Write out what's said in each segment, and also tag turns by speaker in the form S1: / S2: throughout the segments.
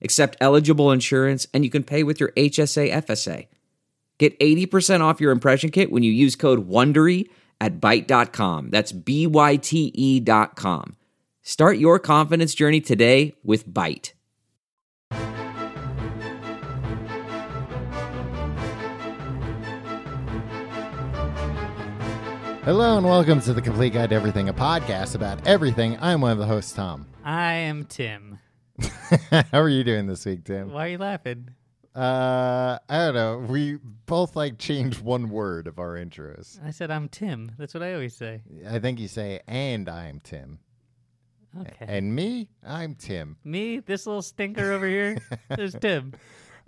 S1: accept eligible insurance, and you can pay with your HSA FSA. Get 80% off your impression kit when you use code WONDERY at Byte.com. That's B-Y-T-E E dot com. Start your confidence journey today with Byte.
S2: Hello and welcome to the Complete Guide to Everything, a podcast about everything. I'm one of the hosts, Tom.
S3: I am Tim.
S2: How are you doing this week, Tim?
S3: Why are you laughing?
S2: Uh, I don't know. We both like changed one word of our intros.
S3: I said I'm Tim. That's what I always say.
S2: I think you say, "And I'm Tim,"
S3: Okay.
S2: and me, I'm Tim.
S3: Me, this little stinker over here, there's Tim.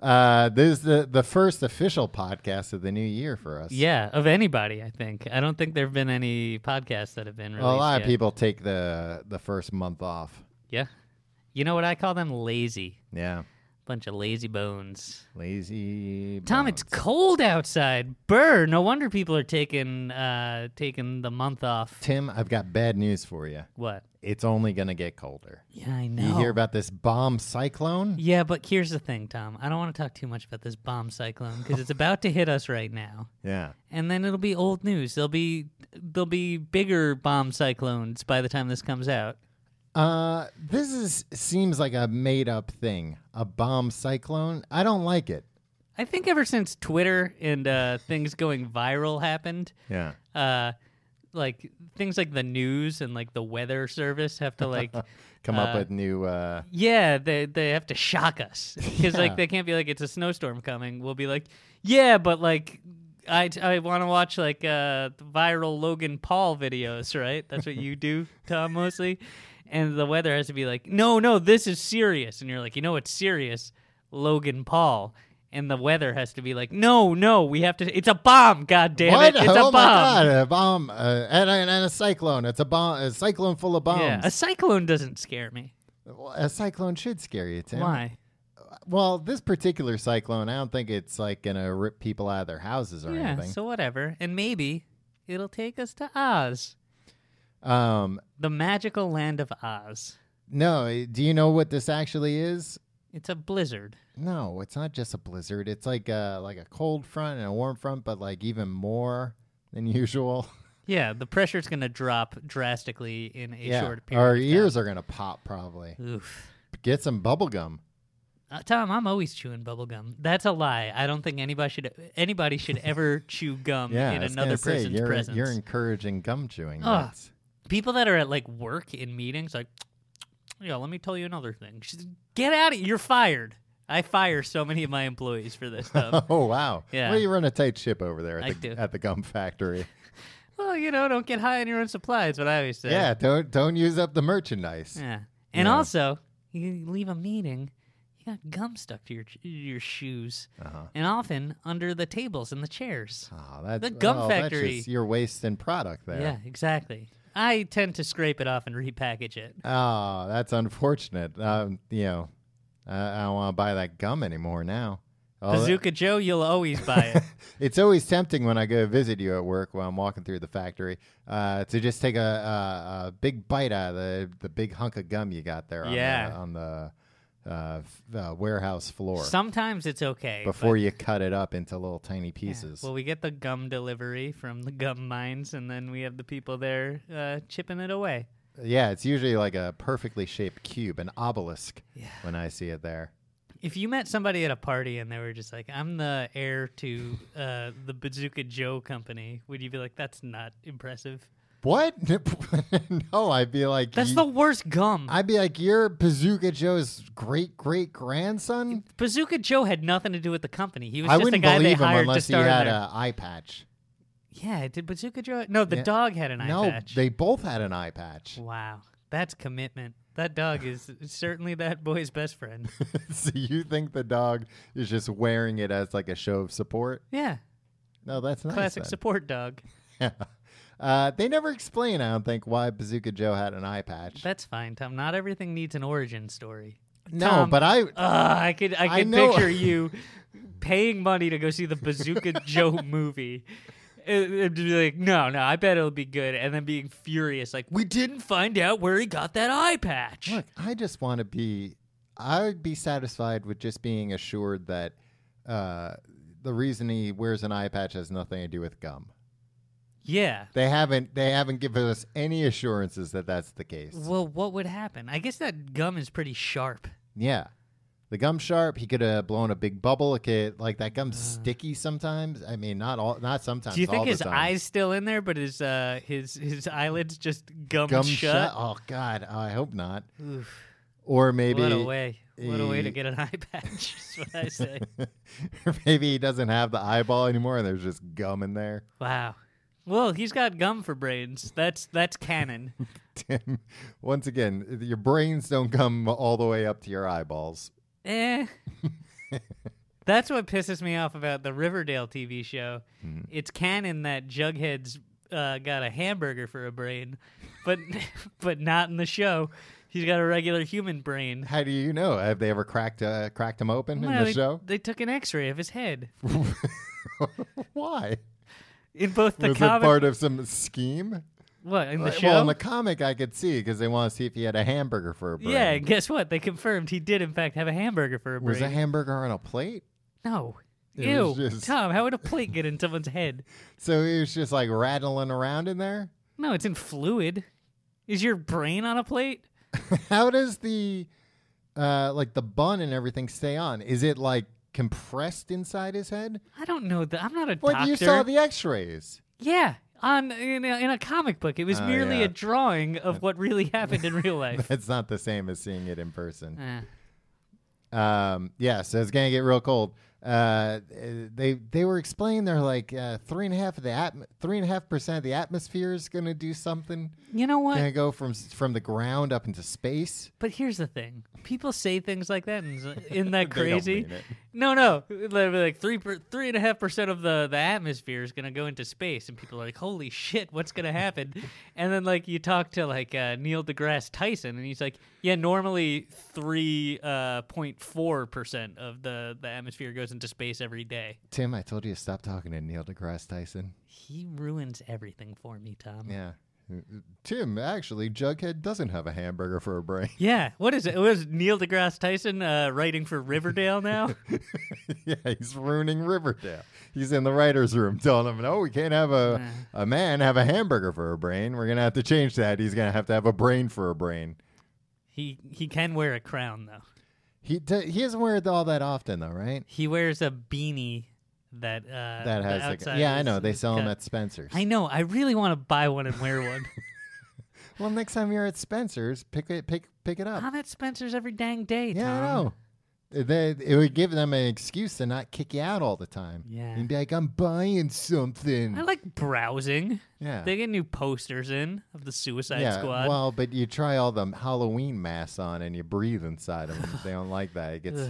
S2: Uh, this is the the first official podcast of the new year for us.
S3: Yeah, of anybody, I think. I don't think there have been any podcasts that have been released.
S2: Well, a lot of
S3: yet.
S2: people take the the first month off.
S3: Yeah. You know what I call them? Lazy.
S2: Yeah,
S3: Bunch of lazy bones.
S2: lazy.
S3: Tom, it's cold outside. Burr. No wonder people are taking uh taking the month off.
S2: Tim. I've got bad news for you.
S3: What?
S2: It's only gonna get colder.
S3: Yeah, I know.
S2: You hear about this bomb cyclone?
S3: yeah, but here's the thing, Tom. I don't want to talk too much about this bomb cyclone because it's about to hit us right now.
S2: Yeah.
S3: and then it'll be old news. There'll be there'll be bigger bomb cyclones by the time this comes out.
S2: Uh, this is seems like a made up thing. A bomb cyclone. I don't like it.
S3: I think ever since Twitter and uh, things going viral happened,
S2: Yeah.
S3: uh, like things like the news and like the weather service have to like,
S2: Come up with new. Uh,
S3: yeah, they they have to shock us because
S2: Yeah.
S3: like they can't be like it's a snowstorm coming. We'll be like, yeah, but like. I, I want to watch like uh, viral Logan Paul videos, right? That's what you do, Tom, mostly. And the weather has to be like, no, no, this is serious. And you're like, you know what's serious? Logan Paul. And the weather has to be like, no, no, we have to. It's a bomb, God damn
S2: what?
S3: it! It's
S2: oh
S3: a bomb.
S2: my god! A bomb. Uh, and, a- and a cyclone. It's a bomb. A cyclone full of bombs.
S3: Yeah, a cyclone doesn't scare me.
S2: Well, a cyclone should scare you, Tim.
S3: Why?
S2: Well, this particular cyclone, I don't think it's like gonna rip people out of their houses or
S3: Yeah,
S2: anything.
S3: so whatever. And maybe it'll take us to Oz.
S2: um,
S3: The magical land of Oz.
S2: no. Do you know what this actually is?
S3: It's a blizzard.
S2: No, it's not just a blizzard. It's like a like a cold front and a warm front, but like even more than usual.
S3: Yeah, the pressure's going to drop drastically in a short period.
S2: our
S3: of time.
S2: ears are gonna pop probably.
S3: Oof.
S2: Get some bubble gum.
S3: Uh, Tom, I'm always chewing bubble gum. That's a lie. I don't think anybody should anybody should ever chew gum
S2: Yeah,
S3: Um, in
S2: I was
S3: another
S2: gonna say,
S3: person's
S2: you're,
S3: presence.
S2: You're encouraging gum chewing.
S3: Ugh.
S2: That's-
S3: People that are at like work in meetings, like, yeah, let me tell you another thing. She's- Get out of You're fired. I fire so many of my employees for this stuff.
S2: Oh wow!
S3: Yeah.
S2: Well, you run a tight ship over there
S3: I
S2: at, the,
S3: do.
S2: at the gum factory.
S3: well, you know, don't get high on your own supply. Is what I always say.
S2: yeah, don't don't use up the merchandise.
S3: Yeah. And
S2: Yeah.
S3: also, you leave a meeting, you got gum stuck to your your shoes,
S2: Uh-huh.
S3: and often under the tables and the chairs.
S2: Oh, that's,
S3: The gum
S2: oh, that's
S3: factory.
S2: just- you're wasting product there.
S3: Yeah, exactly. I tend to scrape it off and repackage it.
S2: Oh, that's unfortunate. Um, you know, I, I don't want to buy that gum anymore now. Oh, that-
S3: Bazooka Joe, you'll always buy it.
S2: It's always tempting when I go visit you at work while I'm walking through the factory uh, to just take a, a, a big bite out of the, the big hunk of gum you got there on
S3: Yeah.
S2: the, on the uh, f- uh, warehouse floor
S3: Sometimes it's okay.
S2: before
S3: but-
S2: you cut it up into little tiny
S3: Yeah.
S2: pieces.
S3: Well, we get the gum delivery from the gum mines, and then we have the people there uh, chipping it away.
S2: yeah, it's usually like a perfectly shaped cube, an obelisk, when I see it there.
S3: If you met somebody at a party and they were just like, "I'm the heir to uh, the Bazooka Joe company," would you be like, "That's not impressive.
S2: What? no, I'd be like,
S3: That's
S2: "You-
S3: the worst gum."
S2: I'd be like, you're Bazooka Joe's great great grandson.
S3: Bazooka Joe had nothing to do with the company. He was
S2: I
S3: just a
S2: wouldn't
S3: guy they
S2: believe him
S3: hired to
S2: unless he
S3: start.
S2: had
S3: their-
S2: an eye patch.
S3: Yeah, did Bazooka Joe? No, the
S2: Yeah.
S3: dog had an eye
S2: no,
S3: patch.
S2: they both had an eye patch.
S3: Wow, that's commitment. That dog is certainly that boy's best friend.
S2: so you think the dog is just wearing it as like a show of support?
S3: Yeah,
S2: No, that's nice.
S3: classic
S2: then.
S3: support dog.
S2: Uh, they never explain, I don't think, why Bazooka Joe had an eye patch.
S3: That's fine, Tom. Not everything needs an origin story.
S2: no,
S3: Tom,
S2: but I
S3: Ugh, I could I
S2: I
S3: could
S2: know.
S3: picture you paying money to go see the Bazooka Joe movie. It- It'd be like, no, no, I bet it'll be good. And then being furious, like, we didn't find out where he got that eye patch.
S2: look. I just want to be. I would be satisfied with just being assured that uh, the reason he wears an eye patch has nothing to do with gum.
S3: Yeah.
S2: They haven't. They haven't given us any assurances that that's the case.
S3: Well, what would happen? I guess that gum is pretty sharp.
S2: Yeah. The gum sharp, he could have blown a big bubble. It could, like that gum's sticky sometimes. I mean, not all, not sometimes.
S3: Uh. Do you
S2: all
S3: think
S2: the
S3: his
S2: time.
S3: eyes still in there, but his uh, his his eyelids just gummed
S2: gum
S3: shut?
S2: Oh God, I hope not. Or maybe,
S3: What a way! What a way to
S2: he-
S3: get an eye patch. is what I say.
S2: or maybe he doesn't have the eyeball anymore, and there's just gum in there.
S3: wow. Well, he's got gum for brains. That's that's canon.
S2: Tim, once again, your brains don't come all the way up to your eyeballs.
S3: eh. That's what pisses me off about the Riverdale TV show.
S2: Mm-hmm.
S3: It's canon that Jughead's uh, got a hamburger for a brain, but but not in the show. He's got a regular human brain.
S2: How do you know? Have they ever cracked uh, cracked him open
S3: Well,
S2: in the
S3: they,
S2: show?
S3: they took an X-ray of his head
S2: Why?
S3: in both the
S2: Was
S3: comic.
S2: it part of some scheme?
S3: what in the
S2: Well,
S3: show?
S2: Well, in the comic, I could see because they want to see if he had a hamburger for a brain.
S3: yeah, and guess what? They confirmed he did in fact have a hamburger for a brain.
S2: was a hamburger on a plate?
S3: no.
S2: It
S3: Ew,
S2: was just-
S3: Tom! How would a plate get in someone's head?
S2: So he was just like rattling around in there.
S3: No, it's in fluid. Is your brain on a plate?
S2: How does the uh, like the bun and everything stay on? Is it like compressed inside his head?
S3: I don't know that. I'm not a
S2: Well,
S3: doctor.
S2: you saw the X-rays.
S3: yeah, on in a, in a comic book, it was
S2: Oh,
S3: merely
S2: yeah.
S3: a drawing of what really happened in real life.
S2: That's not the same as seeing it in person.
S3: Eh.
S2: Um, yeah, so it's gonna get real cold. Uh, they they were explaining they're like uh, three and a half of the atm- three and a half percent of the atmosphere is gonna do something.
S3: you know what?
S2: Gonna go from s- from the ground up into space.
S3: But here's the thing: people say things like that, and it's- isn't
S2: They
S3: that
S2: don't
S3: crazy?
S2: mean it.
S3: No, no, They'll be like three per, three and a half percent of the the atmosphere is gonna go into space, and people are like, "Holy shit, what's gonna happen?" and then like you talk to like uh, Neil deGrasse Tyson, and he's like, "Yeah, normally three uh, point four percent of the the atmosphere goes into space every day."
S2: Tim, I told you to stop talking to Neil deGrasse Tyson.
S3: He ruins everything for me, Tom. Yeah.
S2: Yeah. Tim, actually, Jughead doesn't have a hamburger for a brain.
S3: what is it? Was Neil deGrasse Tyson uh, writing for Riverdale now?
S2: yeah, he's ruining Riverdale. He's in the writer's room telling him, no, we can't have a, a man have a hamburger for a brain. We're going to have to change that. He's going to have to have a brain for a brain.
S3: he he can wear a crown though.
S2: He, d he doesn't wear it all that often, though, right?
S3: He wears a beanie that uh,
S2: That
S3: the
S2: has, like,
S3: outside
S2: yeah, I
S3: is-
S2: know. They
S3: is
S2: sell them
S3: cut.
S2: at Spencer's.
S3: I know. I really want to buy one and wear one.
S2: Well, next time you're at Spencer's, pick it, pick, pick it up.
S3: I'm at Spencer's every dang day.
S2: Oh. Yeah, I
S3: Tom.
S2: know. They, it would give them an excuse to not kick you out all the time.
S3: Yeah.
S2: And be like, I'm buying something.
S3: I like browsing.
S2: yeah.
S3: They get new posters in of the Suicide
S2: yeah,
S3: Squad.
S2: Well, but you try all the Halloween masks on and you breathe inside of them. they don't like that. It gets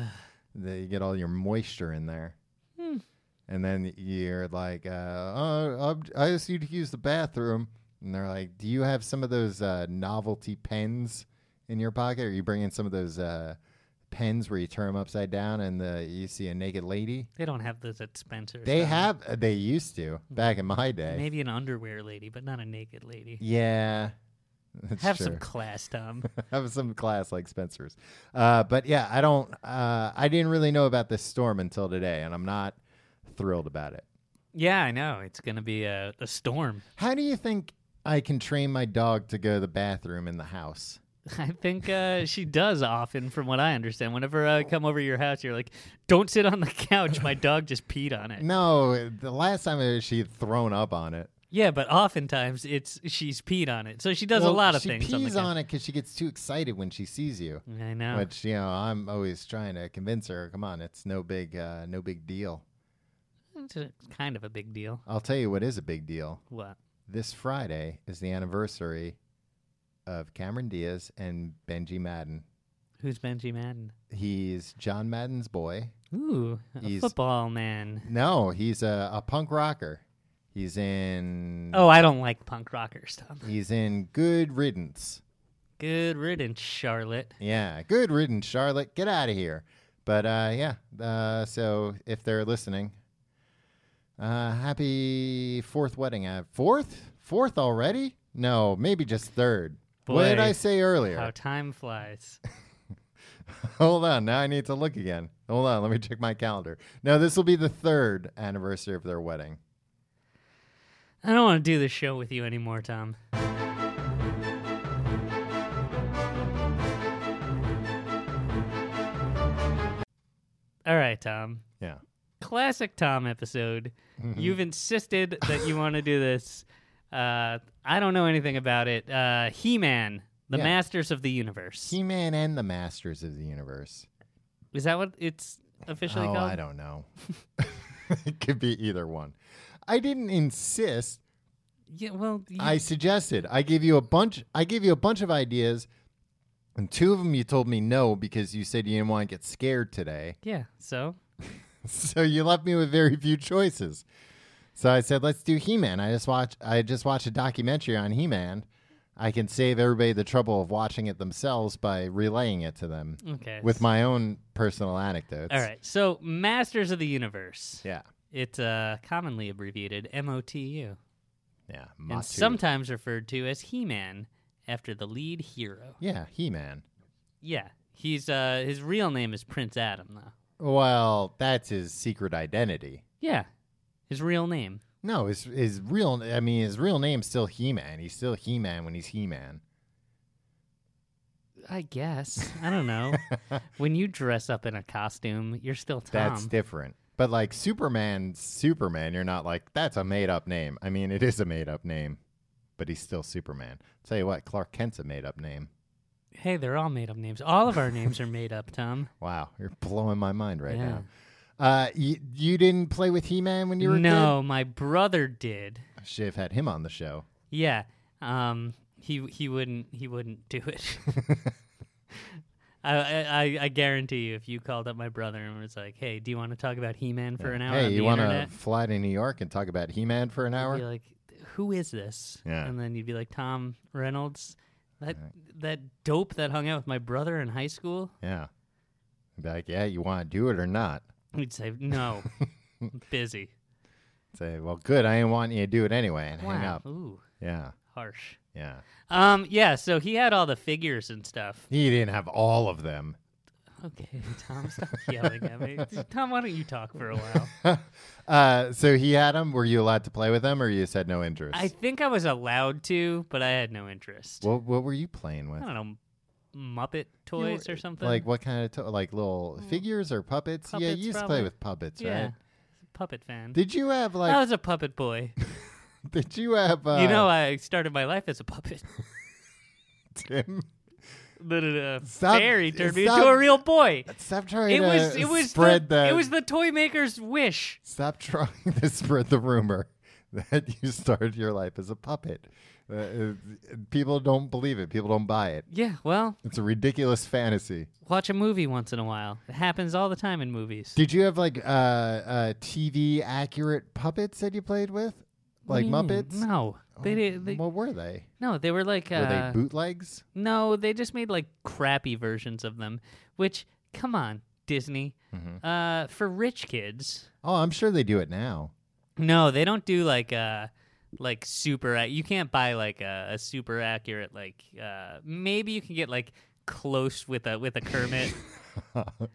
S2: the, you get all your moisture in there.
S3: Hmm.
S2: And then you're like, uh, oh, I'm- I just need to use the bathroom. And they're like, Do you have some of those uh, novelty pens in your pocket? Are you bringing some of those uh, pens where you turn them upside down and the, you see a naked lady?
S3: they don't have those at Spencer's.
S2: They
S3: Tom.
S2: have. uh, They used to back in my day.
S3: maybe an underwear lady, but not a naked lady.
S2: Yeah. That's
S3: have
S2: true.
S3: some class, Tom.
S2: have some class like Spencer's. Uh, but yeah, I don't. Uh, I didn't really know about this storm until today, and I'm not thrilled about it.
S3: yeah, I know. It's gonna be a, a storm.
S2: How do you think I can train my dog to go to the bathroom in the house?
S3: I think uh, she does often, from what I understand. Whenever uh, I come over to your house, you're like, "Don't sit on the couch. My dog just peed on it."
S2: No, the last time it- she had thrown up on it.
S3: Yeah, but oftentimes it's she's peed on it, so she does
S2: Well,
S3: a lot of
S2: she
S3: things.
S2: She
S3: on,
S2: pees
S3: the
S2: on it because she gets too excited when she sees you.
S3: couch. I know.
S2: Which you know, I'm always trying to convince her. Come on, it's no big, uh, no big deal.
S3: It's a, kind of a big deal.
S2: I'll tell you what is a big deal.
S3: What?
S2: This Friday is the anniversary of Cameron Diaz and Benji Madden.
S3: Who's Benji Madden?
S2: He's John Madden's boy.
S3: Ooh, a
S2: He's-
S3: football man.
S2: No, he's a, a punk rocker. He's in.
S3: Oh, I don't like punk rocker stuff.
S2: He's in Good Riddance.
S3: Good riddance, Charlotte.
S2: Yeah, Good Riddance, Charlotte. Get out of here. But uh, yeah, uh, so if they're listening, uh, happy fourth wedding. Uh, fourth? Fourth already? No, maybe just third. what did
S3: Boy,
S2: I say earlier?
S3: How time flies.
S2: Hold on. Now I need to look again. Hold on. Let me check my calendar. No, this will be the third anniversary of their wedding.
S3: I don't want to do this show with you anymore, Tom. All right, Tom.
S2: Yeah.
S3: Classic Tom episode.
S2: Mm-hmm.
S3: You've insisted that you want to do this. Uh, I don't know anything about it. Uh, he Man, the
S2: Yeah.
S3: Masters of the Universe.
S2: He Man and the Masters of the Universe.
S3: Is that what it's officially
S2: oh,
S3: called?
S2: I don't know. it could be either one. I didn't insist.
S3: Yeah, well, you,
S2: I suggested. I gave you a bunch. I gave you a bunch of ideas, and two of them you told me no because you said you didn't want to get scared today.
S3: yeah. So
S2: so you left me with very few choices. So I said, let's do He Man. I just watch I just watched a documentary on He Man. I can save everybody the trouble of watching it themselves by relaying it to them
S3: okay.
S2: with my own personal anecdotes.
S3: All right. So Masters of the Universe.
S2: Yeah.
S3: It's uh, commonly abbreviated MOTU
S2: Yeah.
S3: and
S2: Matu.
S3: sometimes referred to as He-Man after the lead hero.
S2: yeah, He Man.
S3: Yeah, he's uh, his real name is Prince Adam though.
S2: Well, that's his secret identity.
S3: Yeah, his real name.
S2: No, his his real I mean his real name's still He Man. He's still He Man when he's He Man.
S3: I guess I don't know. when you dress up in a costume, you're still Tom.
S2: That's different. But like Superman, Superman, you're not like that's a made up name. I mean, it is a made up name, but he's still Superman. Tell you what, Clark Kent's a made up name.
S3: hey, they're all made up names. All of our names are made up, Tom.
S2: Wow, you're blowing my mind right
S3: Yeah.
S2: now. Uh, you, you didn't play with He Man when you were
S3: no, my brother did.
S2: a kid? Should have had him on the show.
S3: Yeah. Um. He he wouldn't he wouldn't do it. I, I I- I guarantee you, if you called up my brother and was like, "Hey, do you want to talk about He Man for an hour?"
S2: hey,
S3: on
S2: you
S3: the
S2: wanna
S3: internet?"
S2: fly to New York and talk about He Man for an
S3: I'd
S2: hour?
S3: Be like, "Who is this?"
S2: Yeah.
S3: And then you'd be like, "Tom Reynolds, that that dope that hung out with my brother in high school."
S2: yeah. Be like, yeah, you want to do it or not?
S3: He'd say, "No, I'm busy."
S2: Say, well, good. I didn't want you to do it anyway, and hang
S3: Wow.
S2: up.
S3: Ooh,
S2: Yeah,
S3: harsh.
S2: yeah.
S3: Um. Yeah. So he had all the figures and stuff.
S2: He didn't have all of them.
S3: Okay, Tom, stop yelling at me. Tom, why don't you talk for a while?
S2: Uh, so he had them. Were you allowed to play with them, or you said no interest?
S3: I think I was allowed to, but I had no interest.
S2: What What were you playing with?
S3: I don't know, Muppet toys or something.
S2: Like what kind of to- like little figures or puppets? yeah,
S3: Puppets,
S2: you used to play
S3: probably.
S2: with puppets,
S3: yeah,
S2: right?
S3: puppet fan.
S2: Did you have like?
S3: I was a puppet boy.
S2: Did you have? Uh,
S3: you know, I started my life as a puppet.
S2: Tim,
S3: But a
S2: Stop-
S3: fairy turned me
S2: stop-
S3: into a real boy.
S2: stop trying
S3: It
S2: to
S3: was it was
S2: spread
S3: the,
S2: the,
S3: it was the toy maker's wish.
S2: Stop trying to spread the rumor that you started your life as a puppet. Uh, uh, people don't believe it. People don't buy it.
S3: Yeah, well,
S2: It's a ridiculous fantasy.
S3: watch a movie once in a while. It happens all the time in movies.
S2: Did you have like uh, uh, TV accurate puppets that you played with,
S3: What
S2: like
S3: do you mean?
S2: Muppets?
S3: Mm, No, they, did. they
S2: what were they?
S3: no, they were like uh,
S2: Were they bootlegs?
S3: No, they just made like crappy versions of them. Which, come on, Disney,
S2: Mm-hmm.
S3: uh, for rich kids.
S2: Oh, I'm sure they do it now.
S3: No, they don't do like uh like super. ac- You can't buy like a, a super accurate like. Uh, maybe you can get like close with a with a Kermit.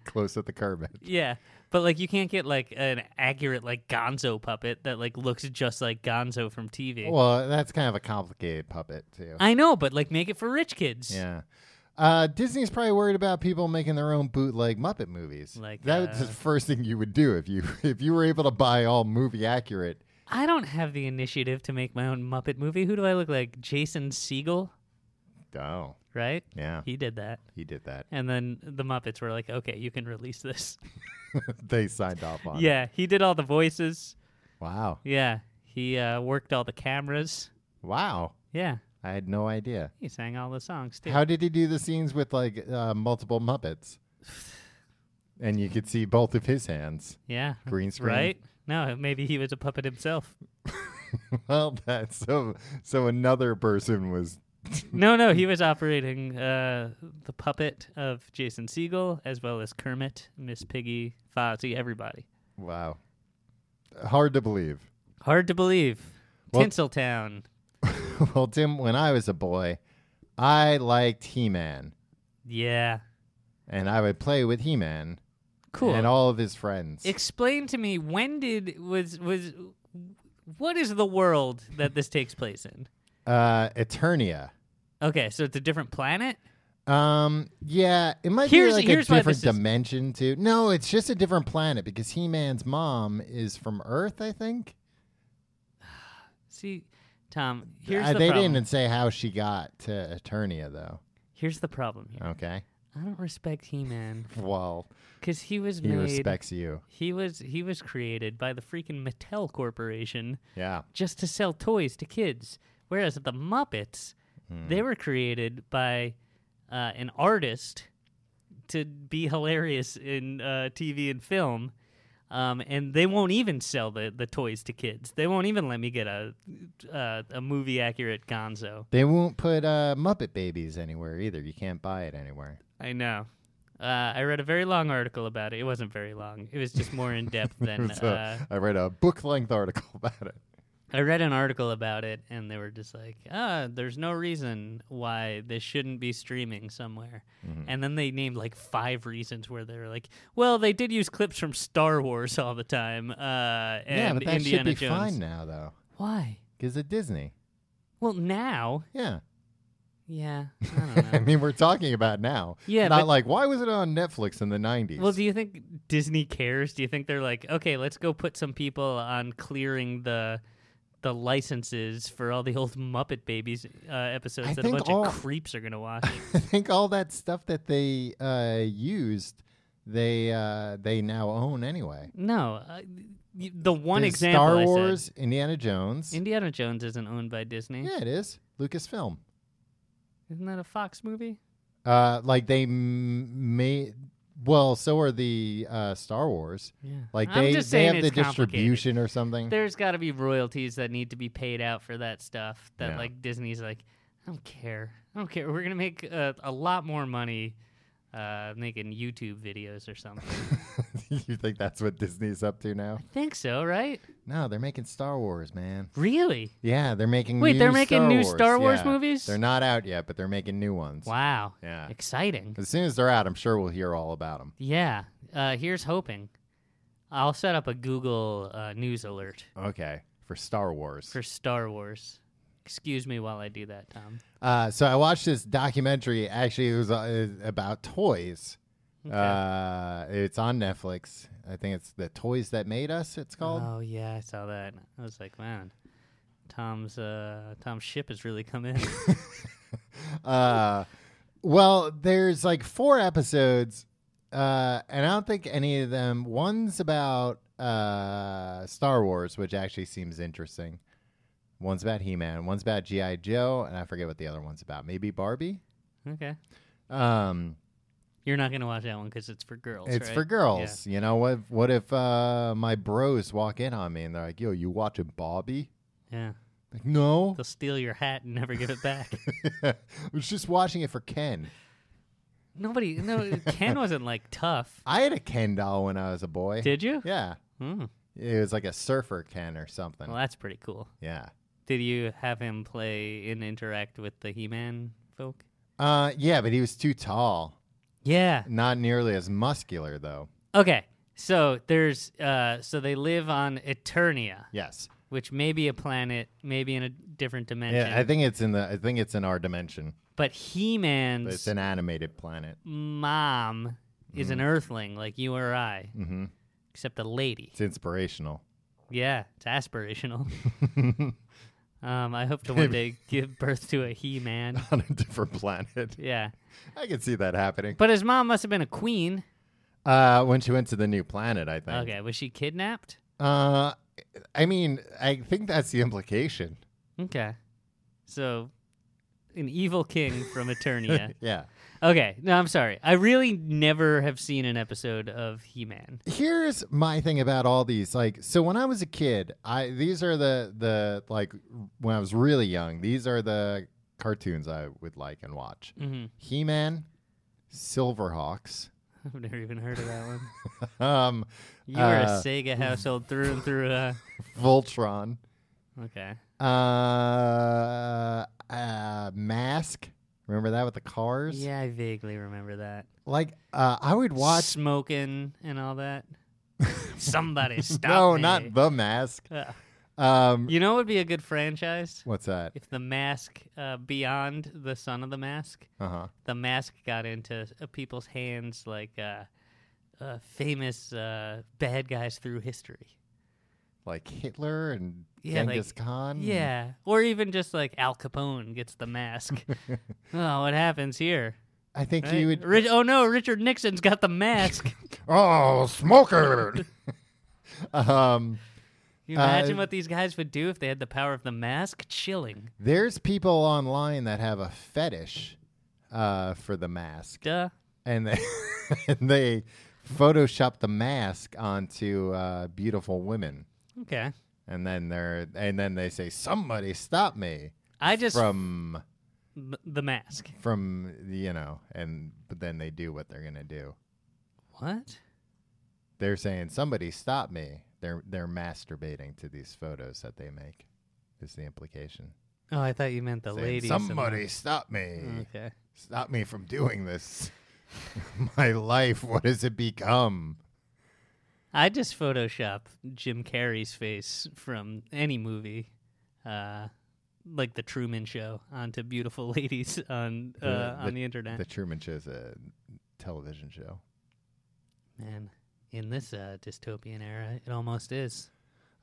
S2: Close at the curb.
S3: yeah, but like you can't get like an accurate like Gonzo puppet that like looks just like Gonzo from TV.
S2: Well, that's kind of a complicated puppet too.
S3: I know, but like make it for rich kids.
S2: yeah. Uh, Disney's probably worried about people making their own bootleg Muppet movies.
S3: Like,
S2: that's
S3: uh,
S2: the first thing you would do if you if you were able to buy all movie accurate.
S3: I don't have the initiative to make my own Muppet movie. Who do I look like? Jason Siegel,
S2: Oh,
S3: right?
S2: yeah, he,
S3: He did that.
S2: did that.
S3: And then the Muppets were like, okay, you can release this.
S2: they signed off on. it.
S3: yeah, he did all the voices.
S2: Wow.
S3: Yeah, he uh, worked all the cameras.
S2: Wow.
S3: Yeah.
S2: I had no idea.
S3: He sang all the songs too.
S2: How did he do the scenes with like uh, multiple Muppets? and you could see both of his hands.
S3: yeah.
S2: Green screen.
S3: Right? No, maybe he was a puppet himself.
S2: well, that's so. So another person was.
S3: no, no, he was operating uh, the puppet of Jason Siegel as well as Kermit, Miss Piggy, Fozzie, everybody.
S2: Wow. Hard to believe.
S3: Hard to believe.
S2: Well-
S3: Tinseltown.
S2: well, Tim, when I was a boy, I liked He Man,
S3: Yeah.
S2: and I would play with He Man
S3: Cool.
S2: and all of his friends.
S3: Explain to me when did was was what is the world that this takes place in?
S2: uh, Eternia.
S3: Okay, so it's a different planet?
S2: Um. Yeah, it might
S3: Here's-
S2: be like
S3: here's
S2: a
S3: why
S2: different
S3: this is-
S2: dimension too. No, it's just a different planet because He Man's mom is from Earth, I think.
S3: See, Tom, here's
S2: Uh,
S3: the
S2: they
S3: problem.
S2: didn't say how she got to Eternia though.
S3: Here's the problem here.
S2: Okay.
S3: I don't respect He-Man
S2: Well,
S3: cuz he was
S2: he
S3: made
S2: respects you.
S3: He was he was created by the freaking Mattel Corporation
S2: Yeah.
S3: just to sell toys to kids. Whereas the Muppets, they were created by uh, an artist to be hilarious in uh, TV and film. Um, and they won't even sell the, the toys to kids. They won't even let me get a uh, a movie accurate Gonzo.
S2: They won't put uh, Muppet Babies anywhere either. You can't buy it anywhere.
S3: I know. Uh, I read a very long article about it. It wasn't very long. It was just more in depth than
S2: So
S3: uh,
S2: I read a book length article about it.
S3: I read an article about it, and they were just like, "Ah, there's no reason why this shouldn't be streaming somewhere."
S2: Mm-hmm.
S3: And then they named like five reasons where they were like, "Well, they did use clips from Star Wars all the time." Uh, and
S2: yeah, but that
S3: Indiana
S2: should be
S3: Jones.
S2: fine now though,
S3: Why?
S2: because of Disney.
S3: Well, now,
S2: Yeah.
S3: yeah, I don't
S2: I
S3: know.
S2: mean, we're talking about now.
S3: Yeah,
S2: Not
S3: but-
S2: like why was it on Netflix in the nineties?
S3: Well, do you think Disney cares? Do you think they're like, okay, let's go put some people on clearing the the licenses for all the old Muppet Babies uh, episodes
S2: I
S3: that a
S2: think
S3: bunch
S2: all-
S3: of creeps are gonna watch?
S2: I think all that stuff that they uh, used, they uh, they now own anyway.
S3: No, uh, y- the one
S2: There's
S3: example. I
S2: Star
S3: said.
S2: Wars, Indiana Jones.
S3: Indiana Jones isn't owned by Disney.
S2: yeah, it is Lucasfilm.
S3: Isn't that a Fox movie?
S2: Uh, like they m- made. Well, so are the uh, Star Wars.
S3: Yeah.
S2: Like
S3: I'm
S2: they
S3: just
S2: they
S3: saying
S2: have the
S3: it's complicated.
S2: distribution or something.
S3: There's got to be royalties that need to be paid out for that stuff. That
S2: Yeah.
S3: like Disney's like, I don't care. I don't care. We're gonna make uh, a lot more money uh, making YouTube videos or something.
S2: you think that's what Disney's up to now?
S3: Think so, right?
S2: No, they're making Star Wars, man.
S3: Really?
S2: Yeah, they're making.
S3: Wait,
S2: new
S3: they're making
S2: Star
S3: new
S2: Wars.
S3: Star Wars
S2: Yeah.
S3: movies?
S2: They're not out yet, but they're making new ones.
S3: Wow.
S2: Yeah.
S3: Exciting.
S2: As soon as they're out, I'm sure we'll hear all about them.
S3: Yeah. Uh, here's hoping. I'll set up a Google uh, news alert.
S2: Okay, for Star Wars.
S3: for Star Wars. Excuse me while I do that, Tom.
S2: Uh, so I watched this documentary. Actually, it was uh, about toys. Uh, it's on Netflix. I think it's the Toys That Made Us. It's called.
S3: Oh yeah, I saw that. I was like, man, Tom's uh, Tom's ship has really come in.
S2: Uh, well, there's like four episodes, uh, and I don't think any of them. One's about uh, Star Wars, which actually seems interesting. One's about He Man. One's about GI Joe, and I forget what the other one's about. Maybe Barbie.
S3: okay,
S2: Um,
S3: you're not gonna watch that one because it's for girls.
S2: it's
S3: right?
S2: for girls. You know what? if- What if uh, my bros walk in on me and they're like, "Yo, you watching Bobby?"
S3: Yeah. yeah,
S2: Like, no,
S3: they'll steal your hat and never give it back.
S2: I was just watching it for Ken.
S3: Nobody, no, Ken wasn't like tough.
S2: I had a Ken doll when I was a boy.
S3: Did you?
S2: Yeah.
S3: Hmm.
S2: It was like a surfer Ken or something.
S3: Well, that's pretty cool.
S2: yeah.
S3: Did you have him play and interact with the He-Man folk?
S2: Uh, yeah, but he was too tall.
S3: Yeah.
S2: Not nearly as muscular, though.
S3: Okay. So there's uh, so they live on Eternia.
S2: Yes.
S3: which may be a planet, maybe in a different dimension.
S2: Yeah, I think it's in the. I think it's in our dimension.
S3: but He
S2: But it's
S3: Man's
S2: an animated planet.
S3: mom is
S2: Mm-hmm.
S3: an Earthling, like you or I,
S2: Mhm.
S3: except a lady.
S2: It's inspirational.
S3: Yeah, it's aspirational. um, I hope to one day give birth to a He Man.
S2: On a different planet.
S3: Yeah,
S2: I can see that happening.
S3: but his mom must have been a queen.
S2: Uh, when she went to the new planet, I think.
S3: Okay, was she kidnapped?
S2: Uh, I mean, I think that's the implication.
S3: Okay, so an evil king from Eternia.
S2: Yeah.
S3: okay, no, I'm sorry. I really never have seen an episode of He-Man.
S2: Here's my thing about all these. Like, so when I was a kid, I these are the the like when I was really young. These are the cartoons I would like and watch.
S3: Mhm.
S2: He Man, Silverhawks.
S3: I've never even heard of that one.
S2: um,
S3: You were
S2: Uh,
S3: a Sega household through and through. Uh,
S2: Voltron,
S3: okay.
S2: uh, uh, Mask. Remember that with the cars?
S3: Yeah, I vaguely remember that.
S2: Like, uh, I would watch.
S3: smoking and all that. Somebody stop
S2: no,
S3: me.
S2: not the Mask.
S3: Uh,
S2: Um,
S3: you know, what would be a good franchise
S2: what's that?
S3: if the mask uh, beyond the son of the mask,
S2: Uh huh.
S3: the mask got into uh, people's hands like uh, uh, famous uh, bad guys through history.
S2: Like Hitler and
S3: Yeah, like-
S2: Genghis Khan. and-
S3: Yeah, or even just like Al Capone gets the mask. oh, what happens here?
S2: I think
S3: right?
S2: you would.
S3: Rich- oh no, Richard Nixon's got the mask.
S2: Oh, smoker. um,
S3: you
S2: Uh,
S3: imagine what these guys would do if they had the power of the mask? Chilling.
S2: there's people online that have a fetish uh, for the mask,
S3: Duh.
S2: and they and they Photoshop the mask onto uh, beautiful women,
S3: Okay.
S2: and then they're and then they say, "Somebody stop me!"
S3: I just
S2: From
S3: m- the mask.
S2: from you know, and but then they do what they're gonna do.
S3: What?
S2: They're saying, "Somebody stop me!" They're they're masturbating to these photos that they make. Is the implication?
S3: Oh, I thought you meant the
S2: saying,
S3: ladies. and Mm. the-
S2: Somebody stop me.
S3: Okay.
S2: Stop me from doing this. My life, what has it become?
S3: I just Photoshop Jim Carrey's face from any movie, uh, like The Truman Show, onto beautiful ladies on uh,
S2: The-
S3: on the internet.
S2: The Truman Show's a television show.
S3: Man, in this uh, dystopian era, it almost is.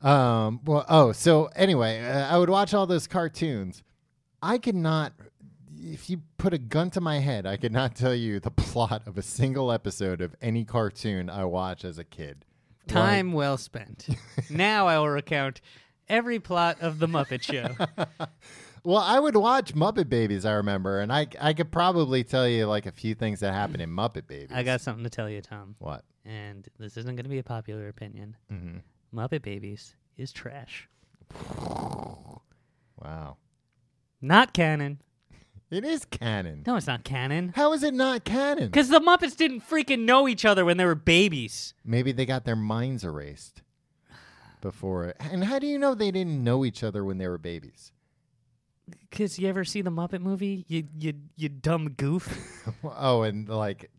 S2: Um, well, oh, so anyway, uh, I would watch all those cartoons. I could not, if you put a gun to my head, I could not tell you the plot of a single episode of any cartoon I watched as a kid.
S3: Time well spent. now I will recount every plot of the Muppet Show.
S2: Well, I would watch Muppet Babies, I remember, and I, I could probably tell you like a few things that happened in Muppet Babies.
S3: I got something to tell you, Tom.
S2: What?
S3: and this isn't going to be a popular opinion.
S2: Mm-hmm.
S3: Muppet Babies is trash.
S2: Wow.
S3: Not canon.
S2: It is canon.
S3: No, it's not canon.
S2: How is it not canon?
S3: Because the Muppets didn't freaking know each other when they were babies.
S2: Maybe they got their minds erased before it. And how do you know they didn't know each other when they were babies?
S3: Because you ever see the Muppet movie? You you you dumb goof.
S2: oh, and like,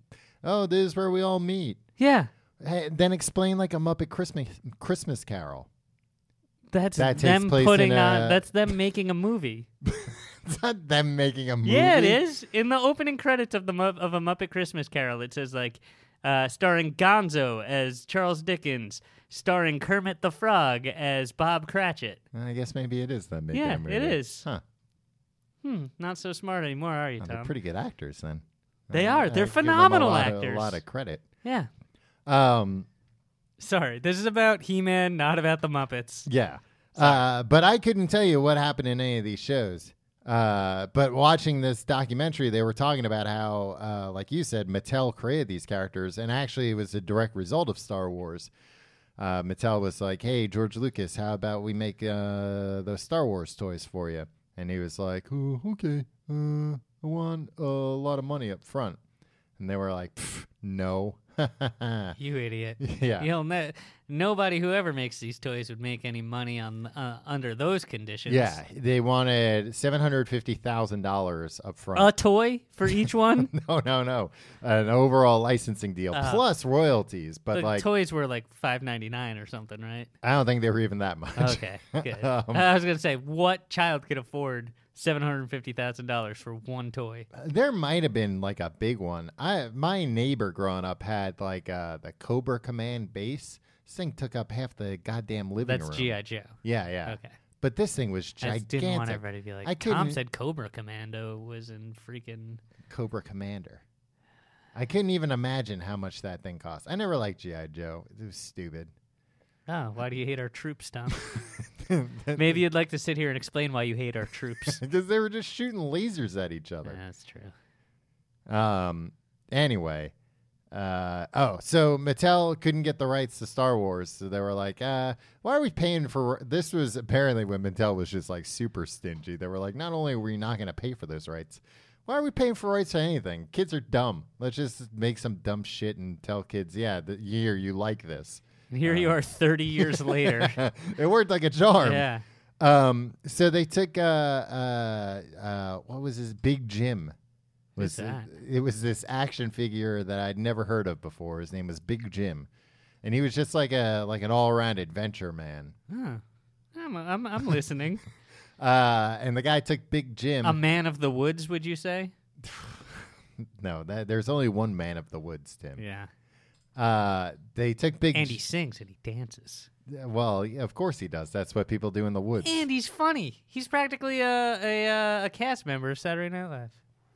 S2: oh, this is where we all meet.
S3: yeah,
S2: Hey, then explain like a Muppet Christmas Christmas Carol.
S3: that's
S2: That takes
S3: them
S2: place
S3: putting
S2: in
S3: on.
S2: a-
S3: That's them making a movie.
S2: It's not them making a movie.
S3: Yeah, it is. In the opening credits of the Mu- of a Muppet Christmas Carol, it says like uh, starring Gonzo as Charles Dickens, starring Kermit the Frog as Bob Cratchit.
S2: I guess maybe it is them making
S3: Yeah,
S2: a
S3: it
S2: movie.
S3: is.
S2: Huh.
S3: Hmm, not so smart anymore, are you,
S2: Oh, they're
S3: Tom?
S2: pretty good actors then.
S3: They
S2: I-
S3: are.
S2: I
S3: They're
S2: give them
S3: phenomenal
S2: a lot Of,
S3: actors.
S2: a lot of credit.
S3: yeah.
S2: Um,
S3: Sorry, this is about He-Man, not about the Muppets.
S2: Yeah. Uh, but I couldn't tell you what happened in any of these shows. Uh, but watching this documentary, they were talking about how, uh, like you said, Mattel created these characters, and actually it was a direct result of Star Wars. Uh, Mattel was like, "Hey, George Lucas, how about we make uh, those Star Wars toys for you?" And he was like, oh, "Okay, uh, I want a lot of money up front." And they were like, "Pff, "No, yeah,
S3: You idiot. You'll ne- nobody who ever makes these toys would make any money on uh, under those conditions.
S2: Yeah, they wanted seven hundred fifty thousand dollars up
S3: A
S2: front.
S3: toy for each one?
S2: no, no, no, an overall licensing deal
S3: Uh,
S2: plus royalties. But
S3: the
S2: like,
S3: toys were like 5.99 or something, right?
S2: I don't think they were even that much.
S3: Okay, good.
S2: Um,
S3: I was going to say what child could afford $750,000 for one toy?
S2: there might have been like a big one. I my neighbor growing up had like uh, the Cobra Command base. This thing took up half the goddamn living
S3: That's
S2: room.
S3: GI Joe.
S2: Yeah, yeah.
S3: Okay.
S2: But this thing was
S3: I
S2: gigantic.
S3: just didn't want everybody to be like,
S2: I
S3: Tom
S2: couldn't- e-
S3: said Cobra Commando was in freaking.
S2: Cobra Commander. I couldn't even imagine how much that thing cost. I never liked GI Joe. It was stupid.
S3: Oh, why do you hate our troops, Tom? Maybe you'd like to sit here and explain why you hate our troops.
S2: because they were just shooting lasers at each
S3: Yeah,
S2: other.
S3: that's true.
S2: Um. Anyway, uh, oh, so Mattel couldn't get the rights to Star Wars, so they were like, uh, "Why are we paying for?" This was apparently when Mattel was just like super stingy. They were like, "Not only are we not going to pay for those rights, why are we paying for rights to anything? Kids are dumb. Let's just make some dumb shit and tell kids, yeah, the year you like this."
S3: And here
S2: Uh,
S3: you are 30 years later.
S2: it worked like a charm.
S3: yeah.
S2: Um, so they took uh, uh, uh, what was his big Jim?
S3: Who's
S2: Was
S3: that?
S2: It, was this action figure that I'd never heard of before. His name was Big Jim, and he was just like a like an all around adventure man.
S3: Huh. I'm, I'm, I'm listening.
S2: Uh, and the guy took Big Jim.
S3: A man of the woods, would you say?
S2: no, that, there's only one man of the woods, Tim.
S3: Yeah.
S2: Uh, they took Big.
S3: And he
S2: J-
S3: sings and he dances.
S2: well, yeah, of course he does. That's what people do in the woods.
S3: And he's funny. He's practically a, a, uh, a cast member of Saturday Night Live.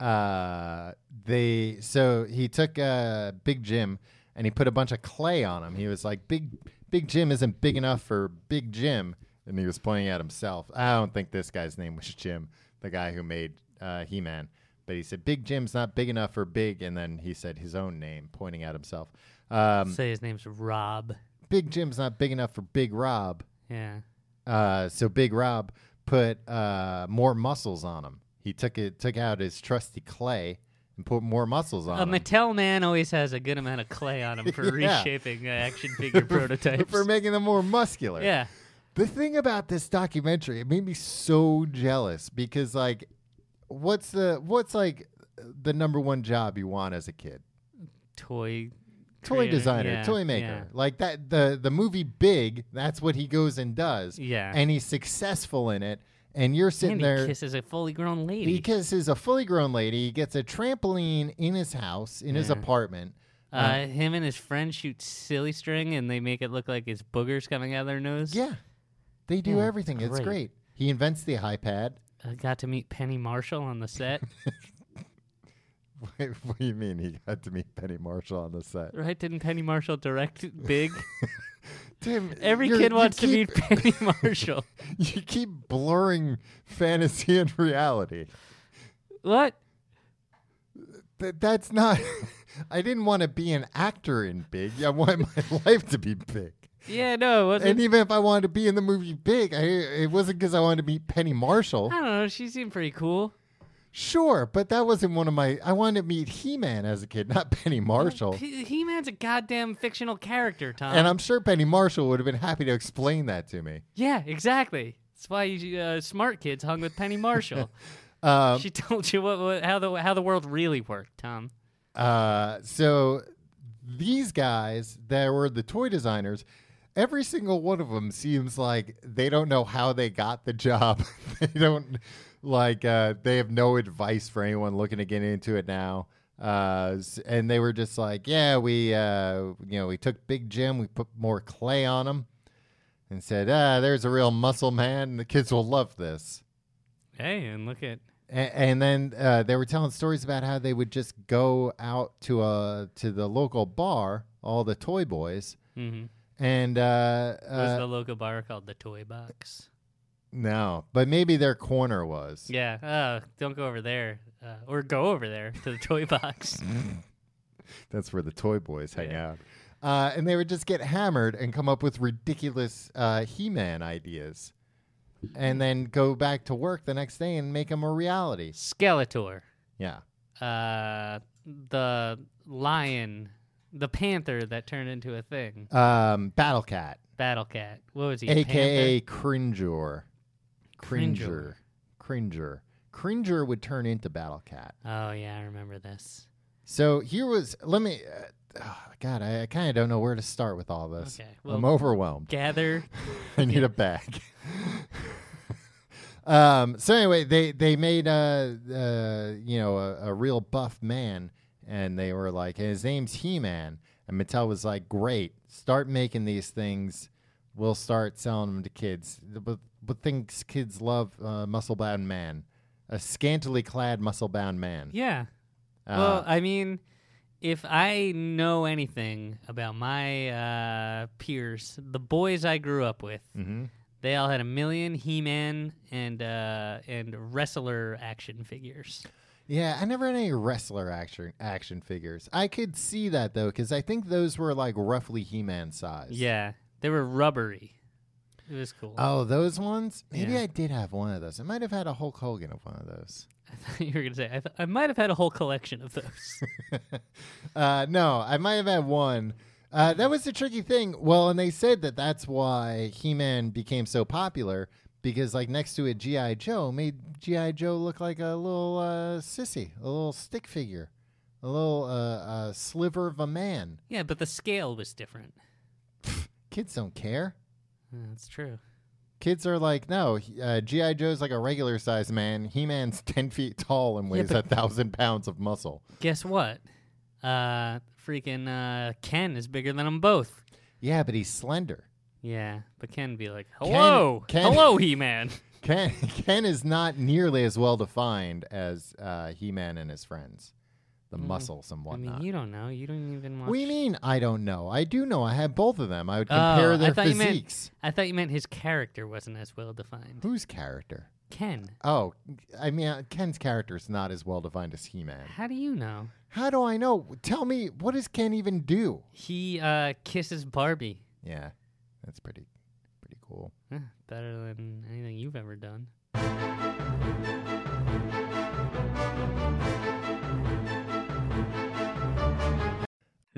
S2: uh they so he took uh big jim and he put a bunch of clay on him he was like big big jim isn't big enough for big jim and he was pointing at himself i don't think this guy's name was jim the guy who made uh he-man but he said big jim's not big enough for big and then he said his own name pointing at himself um
S3: Say his name's Rob.
S2: big jim's not big enough for big rob
S3: Yeah.
S2: uh, so Big Rob put uh, more muscles on him. He took it took out his trusty clay and put more muscles on
S3: A
S2: him.
S3: Mattel man always has a good amount of clay on him for
S2: Yeah.
S3: reshaping uh, action figure prototypes.
S2: for making them more muscular.
S3: yeah.
S2: The thing about this documentary, it made me so jealous because like what's the what's like the number one job you want as a kid?
S3: Toy.
S2: Toy
S3: creator.
S2: designer,
S3: Yeah,
S2: toy maker. Like that the the movie Big, that's what he goes and does.
S3: Yeah.
S2: And he's successful in it. And you're
S3: Yeah.
S2: sitting
S3: And
S2: there
S3: he kisses a fully grown lady.
S2: He kisses a fully grown lady. He gets a trampoline in his house, in his
S3: Yeah.
S2: apartment.
S3: Uh, him and his friend shoot silly string, and they make it look like his boogers coming out of their nose.
S2: Yeah. They do
S3: Yeah,
S2: everything. It's
S3: Hmm, great.
S2: great. He invents the iPad.
S3: I Uh, got to meet Penny Marshall on the set.
S2: Wait, what do you mean he got to meet Penny Marshall on the set?
S3: right? Didn't Penny Marshall direct Big?
S2: Tim,
S3: Every
S2: you're-
S3: kid
S2: you
S3: wants to
S2: keep-
S3: meet Penny Marshall.
S2: You keep blurring fantasy and reality.
S3: what?
S2: Th- that's not. I didn't want to be an actor in Big. I want my life to be big.
S3: Yeah, no, it wasn't.
S2: And even if I wanted to be in the movie Big, I, it wasn't because I wanted to meet Penny Marshall.
S3: I don't know. She seemed pretty cool.
S2: Sure, but that wasn't one of my. I wanted to meet He Man as a kid, not Penny Marshall.
S3: He- He-Man's a goddamn fictional character, Tom.
S2: Oh. And I'm sure Penny Marshall would have been happy to explain that to me.
S3: yeah, exactly. That's why you, uh, smart kids hung with Penny Marshall.
S2: Um,
S3: she told you what, what how the how the world really worked, Tom.
S2: uh, so these guys that were the toy designers, every single one of them seems like they don't know how they got the job. they don't like uh, they have no advice for anyone looking to get into it now. Uh, s- and they were just like, yeah, we uh, you know we took Big Jim, we put more clay on him. and said, "Ah, there's a real muscle man. The kids will love this."
S3: Hey, and look at
S2: A- And, then uh, they were telling stories about how they would just go out to a to the local bar, all the toy boys,
S3: hmm
S2: and uh,
S3: was
S2: uh,
S3: the local bar called the Toy Box.
S2: no, but maybe their corner was.
S3: Yeah. Oh, don't go over there, uh, or go over there to the Toy Box.
S2: That's where the toy boys hang
S3: Yeah.
S2: out. Uh, and they would just get hammered and come up with ridiculous uh, He-Man ideas, and then go back to work the next day and make them a reality.
S3: Skeletor.
S2: Yeah.
S3: Uh, the lion, the panther that turned into a thing.
S2: Um, Battle Cat.
S3: Battle cat. What was he? a
S2: aka Cringer.
S3: Cringer.
S2: Cringer. Cringer. Cringer would turn into Battle Cat.
S3: panther? Oh yeah, I remember this.
S2: So here was, let me, uh, oh, God, I, I kind of don't know where to start with all this.
S3: Okay,
S2: I'm
S3: well-
S2: overwhelmed.
S3: Gather.
S2: I need a bag. um, so anyway, they, they made, uh, uh, you know, a, a real buff man, and they were like, his name's He-Man. And Mattel was like, great, start making these things. We'll start selling them to kids. But, but things kids love, uh, muscle-bound man. A scantily clad muscle-bound man.
S3: Yeah.
S2: Uh,
S3: well, I mean, if I know anything about my uh, peers, the boys I grew up with,
S2: Mm-hmm.
S3: they all had a million He-Man and uh, and wrestler action figures.
S2: Yeah, I never had any wrestler action action figures. I could see that though, because I think those were like roughly He-Man size.
S3: Yeah, they were rubbery. It was cool.
S2: Oh, those ones? Maybe
S3: Yeah.
S2: I did have one of those. I might have had a Hulk Hogan of one of those.
S3: I thought you were gonna say I, th- I might have had a whole collection of those.
S2: uh, no, I might have had one. Uh, that was the tricky thing. Well, and they said that that's why He-Man became so popular because, like, next to a GI Joe made GI Joe look like a little uh, sissy, a little stick figure, a little uh, uh, sliver of a man.
S3: yeah, but the scale was different.
S2: Kids don't care.
S3: Yeah, That's true.
S2: Kids are like, no, uh, GI Joe's like a regular sized man. He-Man's ten feet tall and
S3: Yeah,
S2: weighs
S3: but-
S2: a thousand pounds of muscle.
S3: Guess what? Uh, freaking uh, Ken is bigger than them both.
S2: Yeah, but he's slender.
S3: Yeah, but Ken be like, "Hello,
S2: Ken-
S3: hello, He-Man."
S2: Ken Ken is not nearly as well defined as uh, He Man and his friends. The muscles and
S3: Mm-hmm. I
S2: whatnot.
S3: mean, you don't know. You don't even watch.
S2: what do you mean? I don't know. I do know. I had both of them. I would compare
S3: Oh, I
S2: their
S3: thought you meant-
S2: physiques.
S3: I thought you meant his character wasn't as well defined.
S2: Whose character?
S3: Ken,
S2: Oh, I mean, uh, Ken's character is not as well defined as He Man.
S3: how do you know?
S2: How do I know? Tell me, what does Ken even do?
S3: He uh, kisses Barbie.
S2: Yeah, that's pretty, pretty cool.
S3: Huh, better than anything you've ever done.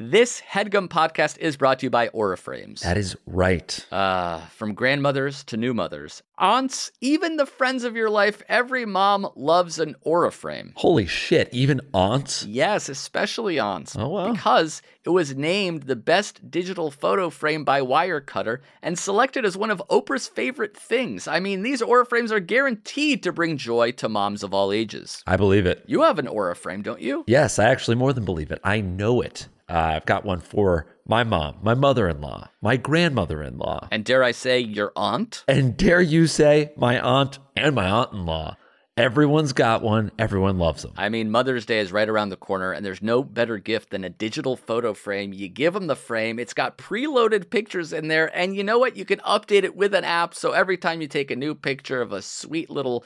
S4: This headgum podcast is brought to you by Auraframes.
S5: That is right.
S4: Uh, from grandmothers to new mothers, aunts, even the friends of your life, every mom loves an aura frame.
S5: Holy shit, even aunts?
S4: Yes, especially aunts.
S5: Oh, wow.
S4: Because it was named the best digital photo frame by Wirecutter and selected as one of Oprah's favorite things. I mean, these aura frames are guaranteed to bring joy to moms of all ages.
S5: I believe it.
S4: You have an aura frame, don't you?
S5: Yes, I actually more than believe it. I know it. Uh, I've got one for my mom, my mother in law, my grandmother in law,
S4: And dare I say, your aunt?
S5: and dare you say, my aunt and my aunt in law. Everyone's got one, everyone loves them.
S4: I mean, Mother's Day is right around the corner, and there's no better gift than a digital photo frame. You give them the frame, it's got preloaded pictures in there, and you know what? You can update it with an app. So every time you take a new picture of a sweet little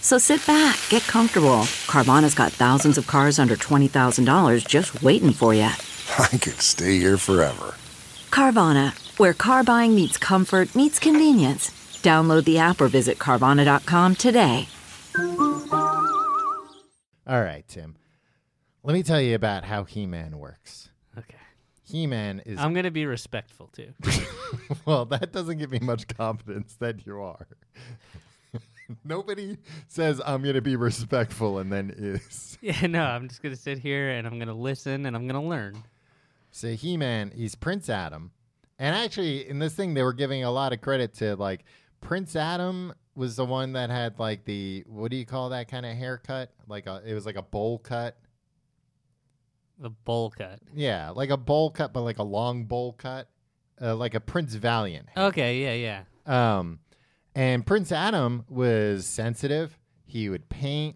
S6: So sit back, get comfortable. Carvana's got thousands of cars under $20,000 just waiting for you.
S7: I could stay here forever.
S6: Carvana, where car buying meets comfort, meets convenience. Download the app or visit Carvana.com today.
S2: All right, Tim. Let me tell you about how He Man works.
S3: Okay,
S2: He Man is
S3: I'm gonna be respectful too.
S2: well, that doesn't give me much confidence that you are. Nobody says I'm going to be respectful and then is.
S3: yeah, no, I'm just gonna sit here and I'm gonna listen and I'm gonna learn.
S2: So He Man, he's Prince Adam. And actually, in this thing, they were giving a lot of credit to like Prince Adam was the one that had like the what do you call that kind of haircut? Like a, it was like a bowl cut.
S3: A bowl cut.
S2: Yeah, like a bowl cut, but like a long bowl cut, uh, like a Prince Valiant.
S3: Okay, yeah, yeah.
S2: Um, and Prince Adam was sensitive. He would paint.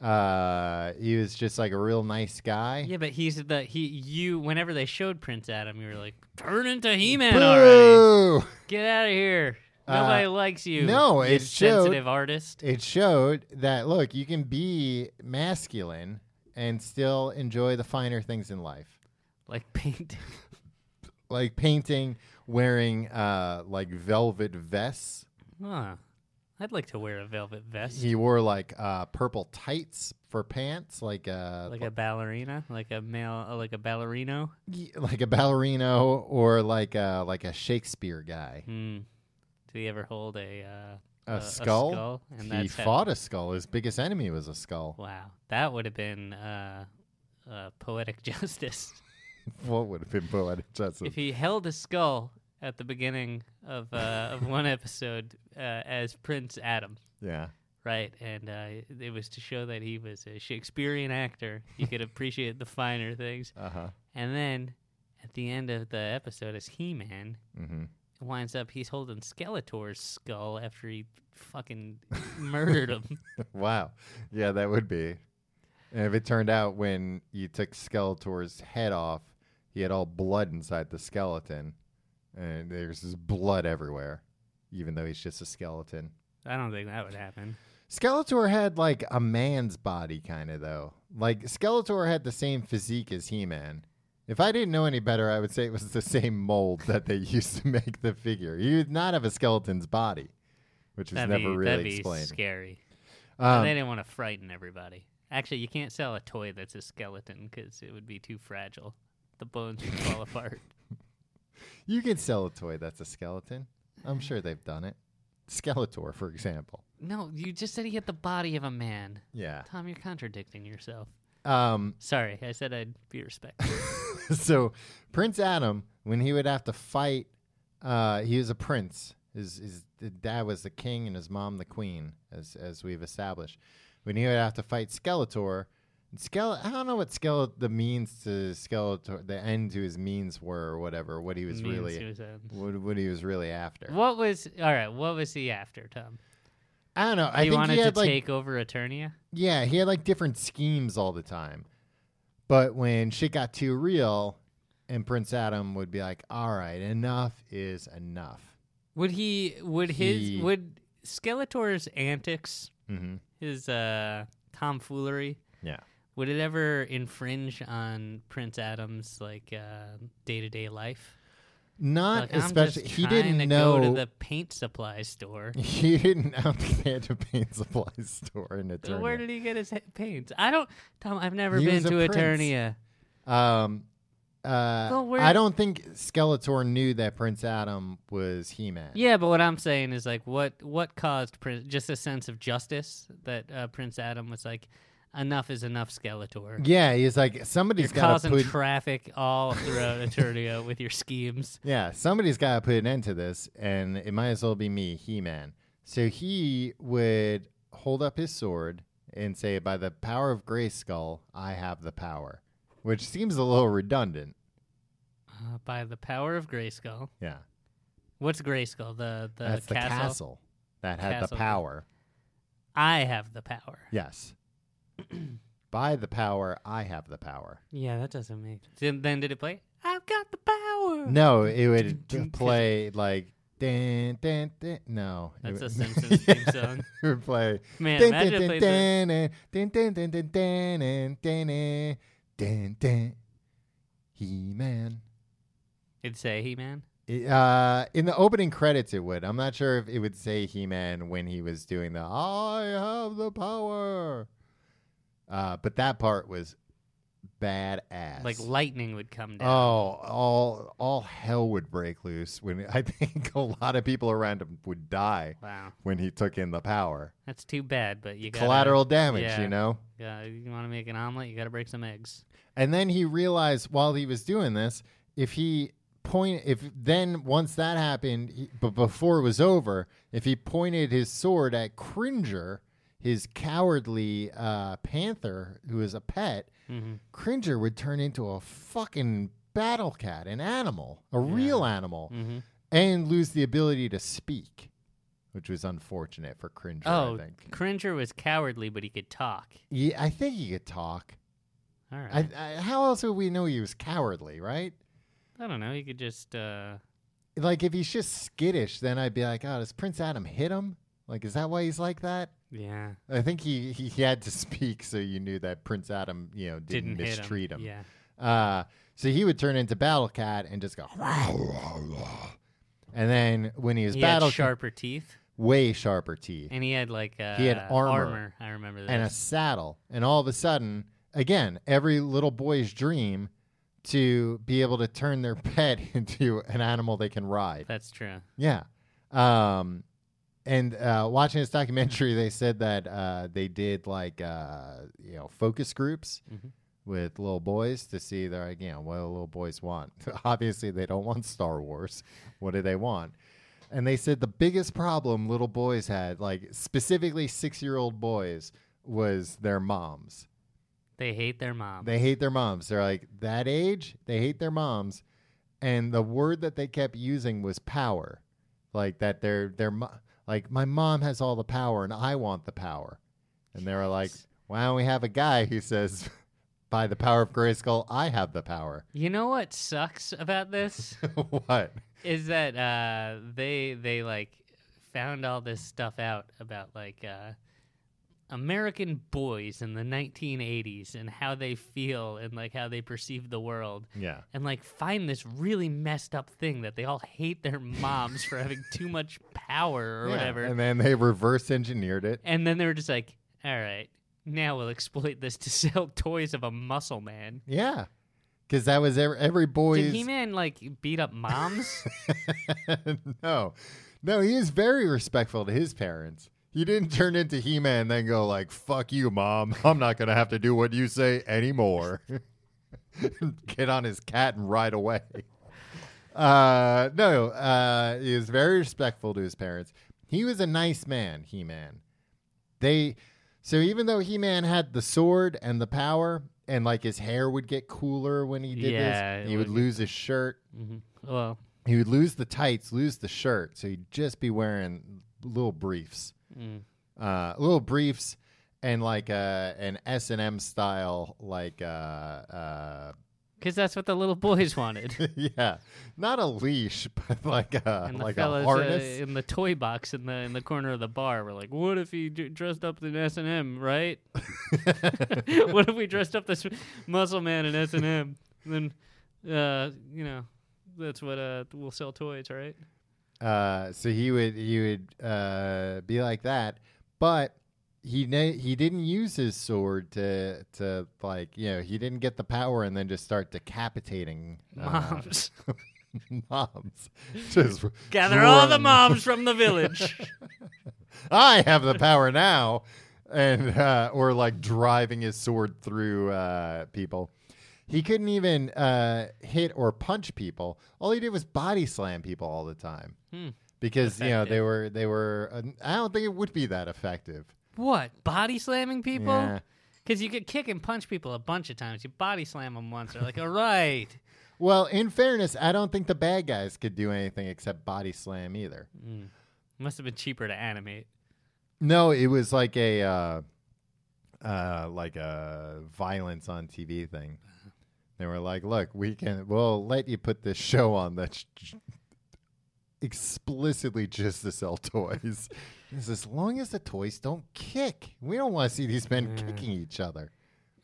S2: Uh, he was just like a real nice guy.
S3: Yeah, but he's the he you whenever they showed Prince Adam, you were like, Turn into He Man already.
S2: Boo!
S3: Get out of here.
S2: Uh,
S3: Nobody likes you.
S2: no,
S3: you
S2: it showed-
S3: sensitive artist.
S2: It showed that look, you can be masculine and still enjoy the finer things in life,
S3: Like painting.
S2: like painting, wearing uh, like velvet vests.
S3: Huh. I'd like to wear a velvet vest,
S2: He wore like uh, purple tights for pants, like a
S3: like a ballerina, like a male, uh, like a ballerino.
S2: y- like a ballerino or like a like a Shakespeare guy.
S3: Hmm. Did he ever hold a uh,
S2: A skull.
S3: skull? And
S2: he
S3: that's how-
S2: fought a skull. His biggest enemy was a skull.
S3: Wow, that would have been uh, uh, poetic justice
S2: What would have been poetic justice?
S3: if he held a skull at the beginning of uh, of one episode uh, as Prince Adam.
S2: yeah.
S3: Right, and uh, it was to show that he was a Shakespearean actor. He could appreciate the finer things.
S2: Uh huh.
S3: And then at the end of the episode, as He Man
S2: Mm-hmm.
S3: winds up, he's holding Skeletor's skull after he fucking murdered him.
S2: Wow. Yeah, that would be. And if it turned out when you took Skeletor's head off, he had all blood inside the skeleton, and there's just blood everywhere, even though he's just a skeleton.
S3: I don't think that would happen.
S2: Skeletor had like a man's body, kind of though. Like Skeletor had the same physique as He-Man. If I didn't know any better, I would say it was the same mold that they used to make the figure. He did not have a skeleton's body, which was
S3: That'd
S2: never
S3: be,
S2: really
S3: that'd be
S2: explained.
S3: scary.
S2: Um,
S3: and they didn't want to frighten everybody. Actually, you can't sell a toy that's a skeleton because it would be too fragile. The bones would fall apart.
S2: You can sell a toy that's a skeleton. I'm sure they've done it. Skeletor, for example.
S3: No, you just said he had the body of a man.
S2: Yeah.
S3: Tom, you're contradicting yourself.
S2: Um,
S3: Sorry, I said I'd be respectful.
S2: so Prince Adam, when he would have to fight, uh, he was a prince. His his the dad was the king and his mom the queen, as as we've established. When he would have to fight Skeletor, Skele- I don't know what Skele- the means to Skeletor, the end to his means were, or whatever. What he was
S3: Means
S2: really,
S3: he was a-
S2: what, what he was really after.
S3: What was all right? What was he after, Tom?
S2: I don't know. I
S3: he
S2: think
S3: wanted
S2: he had
S3: to
S2: like
S3: take over Eternia.
S2: Yeah, he had like different schemes all the time. But when shit got too real, and Prince Adam would be like, "All right, enough is enough."
S3: Would he? Would his?
S2: He-
S3: Would Skeletor's antics,
S2: Mm-hmm.
S3: his uh, tomfoolery,
S2: Yeah.
S3: would it ever infringe on Prince Adam's like day to day life?
S2: Not
S3: Like, I'm
S2: especially.
S3: just
S2: He
S3: trying
S2: didn't
S3: to
S2: know.
S3: Go to the paint supply store.
S2: he didn't. I don't think they had to paint supply store in
S3: So Where
S2: Eternia.
S3: did he get his he- paints? I don't, Tom. I've never
S2: He
S3: been
S2: was a
S3: to
S2: prince.
S3: Eternia.
S2: um, uh,
S3: Well, where-
S2: I don't think Skeletor knew that Prince Adam was He-Man.
S3: Yeah, but what I'm saying is like what what caused Prince just a sense of justice that uh, Prince Adam was like, enough is enough, Skeletor.
S2: Yeah, he's like somebody's
S3: You're
S2: got to
S3: causing
S2: put.
S3: traffic all throughout Eternia with your schemes.
S2: Yeah, somebody's got to put an end to this, and it might as well be me, He Man. So he would hold up his sword and say, By the power of Grayskull, I have the power, which seems a little redundant.
S3: Uh, by the power of Grayskull.
S2: Yeah.
S3: What's Grayskull? The the
S2: That's the
S3: castle.
S2: castle that had the
S3: Castle.
S2: power.
S3: I have the power.
S2: Yes. By the power, I have the power.
S3: Yeah, that doesn't make. Then, then did it play? I've got the power.
S2: No, it would play like. Dun, dun, dun. No. it
S3: That's
S2: would-
S3: a Simpsons theme
S2: Yeah,
S3: song.
S2: It would play.
S3: Man,
S2: Dun,
S3: imagine
S2: dun, dun,
S3: if they said-
S2: dun, dun, dun, dun, dun, dun, dun, dun, dun, dun. He-Man.
S3: it'd say He Man.
S2: It, uh, in the opening credits, it would. I'm not sure if it would say He-Man when he was doing the "I have the power," uh, but that part was badass.
S3: Like lightning would come down.
S2: Oh, all all hell would break loose when I think a lot of people around him would die
S3: Wow,
S2: when he took in the power.
S3: that's too bad. But you got
S2: Collateral damage,
S3: yeah.
S2: you know.
S3: Uh, you want to make an omelet, you got to break some eggs.
S2: And then he realized while he was doing this, if he point, if then once that happened, he, but before it was over, if he pointed his sword at Cringer, his cowardly uh, panther who is a pet,
S3: Mm-hmm.
S2: Cringer would turn into a fucking battle cat, an animal, a real animal, and lose the ability to speak, which was unfortunate for Cringer.
S3: Oh,
S2: I think.
S3: Cringer was cowardly, but he could talk.
S2: Yeah, I think he could talk.
S3: All right.
S2: I, I, how else would we know he was cowardly, right?
S3: I don't know. You could just. Uh,
S2: like if he's just skittish, then I'd be like, oh, does Prince Adam hit him? Like, is that why he's like that?
S3: yeah.
S2: I think he, he, he had to speak, so you knew that Prince Adam, you know, didn't,
S3: hit
S2: mistreat him.
S3: Yeah.
S2: Uh, so he would turn into Battle Cat and just go. And then when he was
S3: He
S2: Battle
S3: had sharper teeth,
S2: way sharper teeth
S3: and he had like uh,
S2: He had armor.
S3: I remember that.
S2: and a saddle. And all of a sudden, again, every little boy's dream to be able to turn their pet into an animal they can ride.
S3: That's true.
S2: Yeah. Um, and uh, watching this documentary, they said that uh, they did like uh, you know focus groups with little boys to see their like, you know what do little boys want. Obviously, they don't want Star Wars. What do they want? And they said the biggest problem little boys had, like specifically six year old boys, was their moms.
S3: They hate their mom.
S2: They hate their moms. They're like that age. They hate their moms, and the word that they kept using was power, like that their their mo- like my mom has all the power and I want the power, and they were like, why don't we have a guy who says, by the power of Grayskull, I have the power.
S3: you know what sucks about this
S2: what?
S3: is that uh, they they like found all this stuff out about like uh, American boys in the 1980s and how they feel and like how they perceive the world.
S2: Yeah.
S3: and like find this really messed up thing that they all hate their moms for having too much power or
S2: Yeah,
S3: whatever.
S2: And then they reverse engineered it.
S3: And then they were just like, all right, now we'll exploit this to sell toys of a muscle man.
S2: Yeah. Because that was every, every boy's.
S3: Did He Man like beat up moms?
S2: no, no, he is very respectful to his parents. He didn't turn into He-Man and then go like, "Fuck you, mom. I'm not gonna have to do what you say anymore." Get on his cat and ride away. Uh, no, uh, he is very respectful to his parents. He was a nice man, He-Man. They so even though He-Man had the sword and the power, and like his hair would get cooler when he did
S3: Yeah,
S2: this,
S3: it
S2: he would
S3: would-
S2: lose his shirt
S3: well,
S2: he would lose the tights, lose the shirt, so he'd just be wearing little briefs,
S3: Mm.
S2: uh, little briefs, and like uh, an S and M style, like uh, uh,
S3: because that's what the little boys wanted.
S2: yeah, not a leash, but like a
S3: And the
S2: like a
S3: fellas
S2: harness.
S3: Uh, in the toy box in the in the corner of the bar were like, "What if he d- dressed up in S and M? Right? what if we dressed up this muscle man in S and M? Then, uh, you know, that's what uh we'll sell toys, right?
S2: Uh, so he would he would uh, be like that, but he ne- he didn't use his sword to to like you know he didn't get the power and then just start decapitating uh,
S3: Moms,
S2: moms. Just
S3: gather all the
S2: drawing-
S3: moms from the village.
S2: I have the power now, and uh, or like driving his sword through uh, people. He couldn't even uh, hit or punch people. All he did was body slam people all the time
S3: Hmm.
S2: because you know they were they were. Uh, I don't think it would be that effective.
S3: what body slamming people?
S2: Yeah.
S3: Because you could kick and punch people a bunch of times. You body slam them once. They're like, all right.
S2: Well, in fairness, I don't think the bad guys could do anything except body slam either.
S3: Must have been cheaper to animate.
S2: No, it was like a uh, uh, like a violence on TV thing. They were like, "Look, we can we'll let you put this show on that's j- explicitly just to sell toys, It's as long as the toys don't kick. We don't want to see these men kicking each other.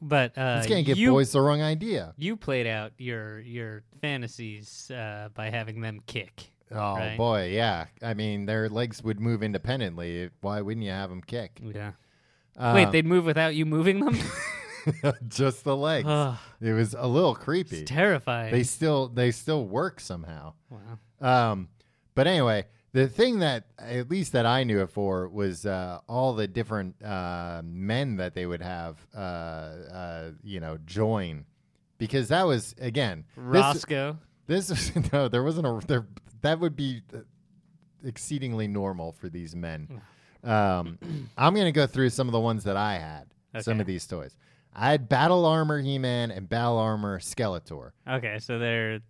S3: But uh,
S2: It's gonna give
S3: you
S2: boys the wrong idea."
S3: You played out your your fantasies uh, by having them kick.
S2: Oh
S3: right?
S2: boy, yeah. I mean, their legs would move independently. Why wouldn't you have them kick?
S3: Yeah.
S2: Uh,
S3: Wait, they'd move without you moving them?
S2: just the legs.
S3: Ugh.
S2: it was a little creepy.
S3: it's terrifying.
S2: they still they still work somehow. Um, but anyway, the thing that at least that I knew it for was uh, all the different uh, men that they would have, uh, uh, you know, join, because that was again this
S3: Roscoe.
S2: this was no there wasn't a there that would be uh, exceedingly normal for these men. Um, I'm gonna go through some of the ones that I had. Some
S3: Okay.
S2: of these toys. I had Battle Armor He-Man and Battle Armor Skeletor.
S3: Okay, so they're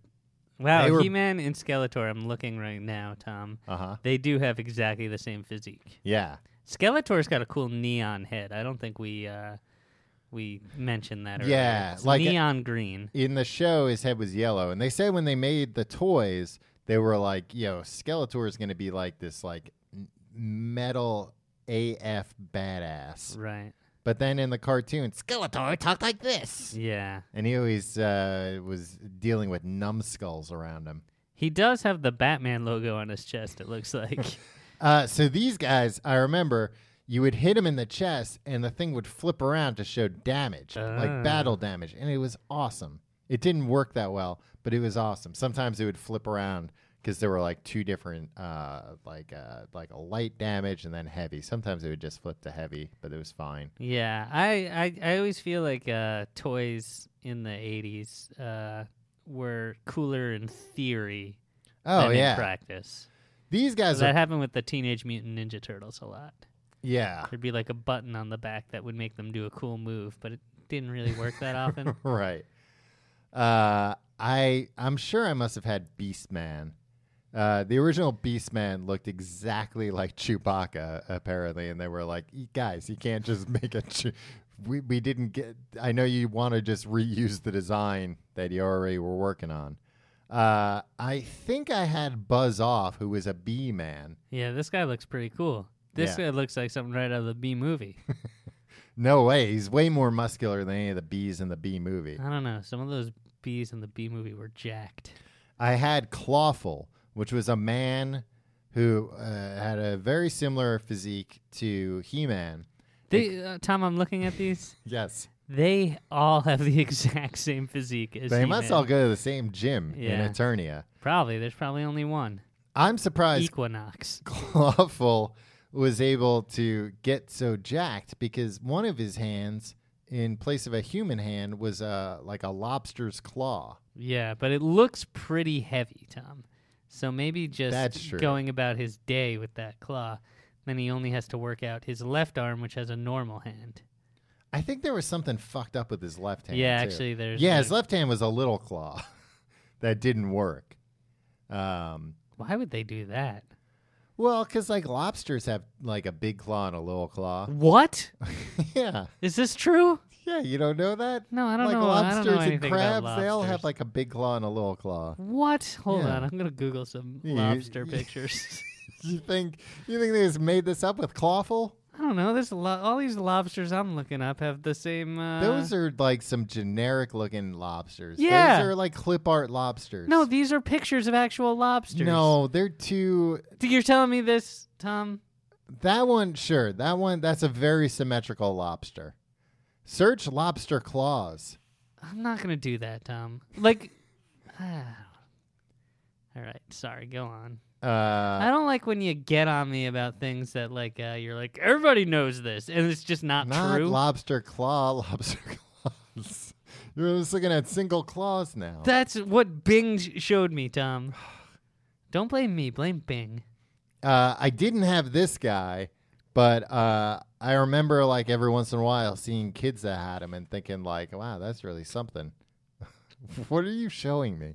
S3: wow.
S2: They were-
S3: He-Man and Skeletor. I'm looking right now, Tom.
S2: Uh huh.
S3: They do have exactly the same physique.
S2: Yeah.
S3: Skeletor's got a cool neon head. I don't think we uh, we mentioned that. Earlier.
S2: Yeah,
S3: It's
S2: like a-
S3: neon green.
S2: in the show his head was yellow and they say when they made the toys they were like yo skeletor is going to be like this like n- metal af badass
S3: Right.
S2: But then in the cartoon, Skeletor talked like this.
S3: Yeah.
S2: And he always uh, was dealing with numbskulls around him.
S3: He does have the Batman logo on his chest, it looks like.
S2: Uh, so these guys, I remember, you would hit him in the chest, and the thing would flip around to show damage, like battle damage, and it was awesome. It didn't work that well, but it was awesome. Sometimes it would flip around because there were like two different, uh, like uh, like a light damage and then heavy. Sometimes it would just flip to heavy, but it was fine.
S3: yeah. I, I, I always feel like uh, toys in the 80s uh, were cooler in theory
S2: Oh
S3: than
S2: yeah,
S3: in practice.
S2: these guys
S3: That
S2: are.
S3: happened with the Teenage Mutant Ninja Turtles a lot.
S2: yeah,
S3: There'd be like a button on the back that would make them do a cool move, but it didn't really work that often.
S2: right. Uh, I I'm sure I must have had Beastman. Uh, the original Beastman looked exactly like Chewbacca, apparently, and they were like, "You guys, you can't just make a. Chew- we we didn't get. I know you want to just reuse the design that you already were working on. Uh, I think I had Buzz Off, who was a bee man.
S3: yeah, this guy looks pretty cool. This
S2: Yeah.
S3: guy looks like something right out of the B movie.
S2: No way, he's way more muscular than any of the bees in the Bee movie.
S3: I don't know. Some of those bees in the B movie were jacked.
S2: I had Clawful, which was a man who uh, had a very similar physique to He Man.
S3: They, uh, Tom, I'm looking at these.
S2: Yes.
S3: They all have the exact same physique as
S2: They
S3: He-Man.
S2: must all go to the same gym
S3: Yeah.
S2: in Eternia.
S3: Probably. There's probably only one.
S2: I'm surprised
S3: Equinox.
S2: Clawful was able to get so jacked because one of his hands, in place of a human hand, was uh, like a lobster's claw.
S3: Yeah, but it looks pretty heavy, Tom. So maybe just
S2: That's true.
S3: going about his day with that claw. Then he only has to work out his left arm, which has a normal hand.
S2: I think there was something fucked up with his left hand.
S3: Yeah,
S2: too.
S3: actually, there's
S2: Yeah,
S3: the-
S2: his left hand was a little claw that didn't work. Um,
S3: Why would they do that?
S2: Well, because like lobsters have like a big claw and a little claw.
S3: What?
S2: yeah,
S3: Is this true?
S2: yeah. You don't know that?
S3: No, I don't
S2: like
S3: know- I don't know
S2: Lobsters and
S3: anything about
S2: crabs, they all have
S3: lobsters.
S2: like a big claw and a little claw.
S3: What? Hold
S2: Yeah.
S3: on. I'm going to Google some
S2: Yeah, you-
S3: lobster
S2: you-
S3: pictures.
S2: You think you think they just made this up with clawful?
S3: I don't know. There's a lo- all these lobsters I'm looking up have the same. Uh...
S2: Those are like some generic looking lobsters.
S3: Yeah.
S2: those are like clip art lobsters.
S3: no. These are pictures of actual lobsters.
S2: no, they're too.
S3: you're telling me this, Tom?
S2: That one, sure. That one, that's a very symmetrical lobster. Search lobster claws.
S3: I'm not gonna do that, Tom. Like, ah. all right. Sorry. Go on.
S2: Uh,
S3: I don't like when you get on me about things that like uh, you're like everybody knows this, and it's just not,
S2: Not
S3: true.
S2: lobster claw, lobster claws. You're just looking at single claws now.
S3: That's what Bing sh- showed me, Tom. Don't blame me. Blame Bing.
S2: uh, I didn't have this guy, but uh, I remember like every once in a while seeing kids that had him and thinking like, "Wow, that's really something." what are you showing me?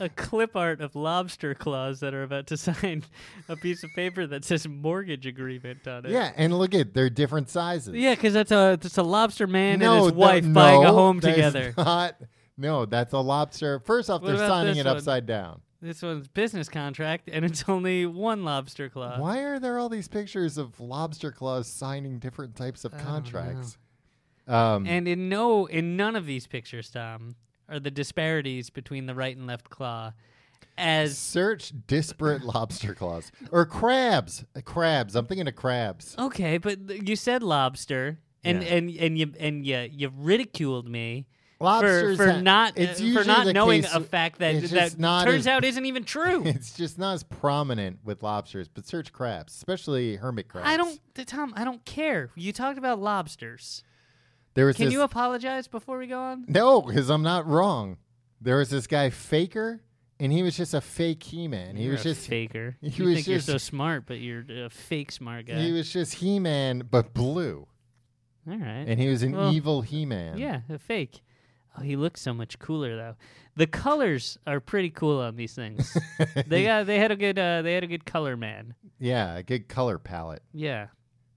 S3: A clip art of lobster claws that are about to sign a piece of paper that says mortgage agreement on it.
S2: Yeah, and look at they're different sizes.
S3: Yeah, because that's a that's a lobster man
S2: no,
S3: and his
S2: that-
S3: wife buying a
S2: no,
S3: home
S2: that is
S3: together.
S2: Not, no, that's a lobster. First off,
S3: What
S2: they're
S3: about
S2: signing
S3: this
S2: it
S3: one?
S2: upside down.
S3: This one's business contract, and it's only one lobster claw.
S2: Why are there all these pictures of lobster claws signing different types of contracts? Um,
S3: And in no, in none of these pictures, Tom, are the disparities between the right and left claw as
S2: Search disparate lobster claws or crabs. Uh, Crabs. I'm thinking of crabs.
S3: okay. But th- you said lobster, and
S2: Yeah.
S3: and and you and you you ridiculed me. For,
S2: Lobsters
S3: for
S2: ha-
S3: not
S2: it's
S3: uh, for
S2: usually
S3: not
S2: the
S3: knowing
S2: case-
S3: a fact that
S2: it's
S3: that
S2: just not as-
S3: turns out isn't even true.
S2: It's just not as prominent with lobsters, but search crabs, especially hermit crabs.
S3: I don't, Tom. I don't care. You talked about lobsters.
S2: There was
S3: Can
S2: this,
S3: you apologize before we go on?
S2: no, because I'm not wrong. There was this guy Faker, and he was just a fake He-Man. He
S3: You're
S2: was
S3: a
S2: just
S3: faker.
S2: he
S3: you
S2: was
S3: think you're
S2: just-
S3: so smart, but you're a fake smart guy.
S2: he was just He-Man, but blue,
S3: All right.
S2: and he was an
S3: Eh, Well,
S2: evil He-Man.
S3: Yeah, a fake. Oh, he looks so much cooler though. The colors are pretty cool on these things. they got they had a good uh, they had a good color man.
S2: yeah, a good color palette.
S3: Yeah.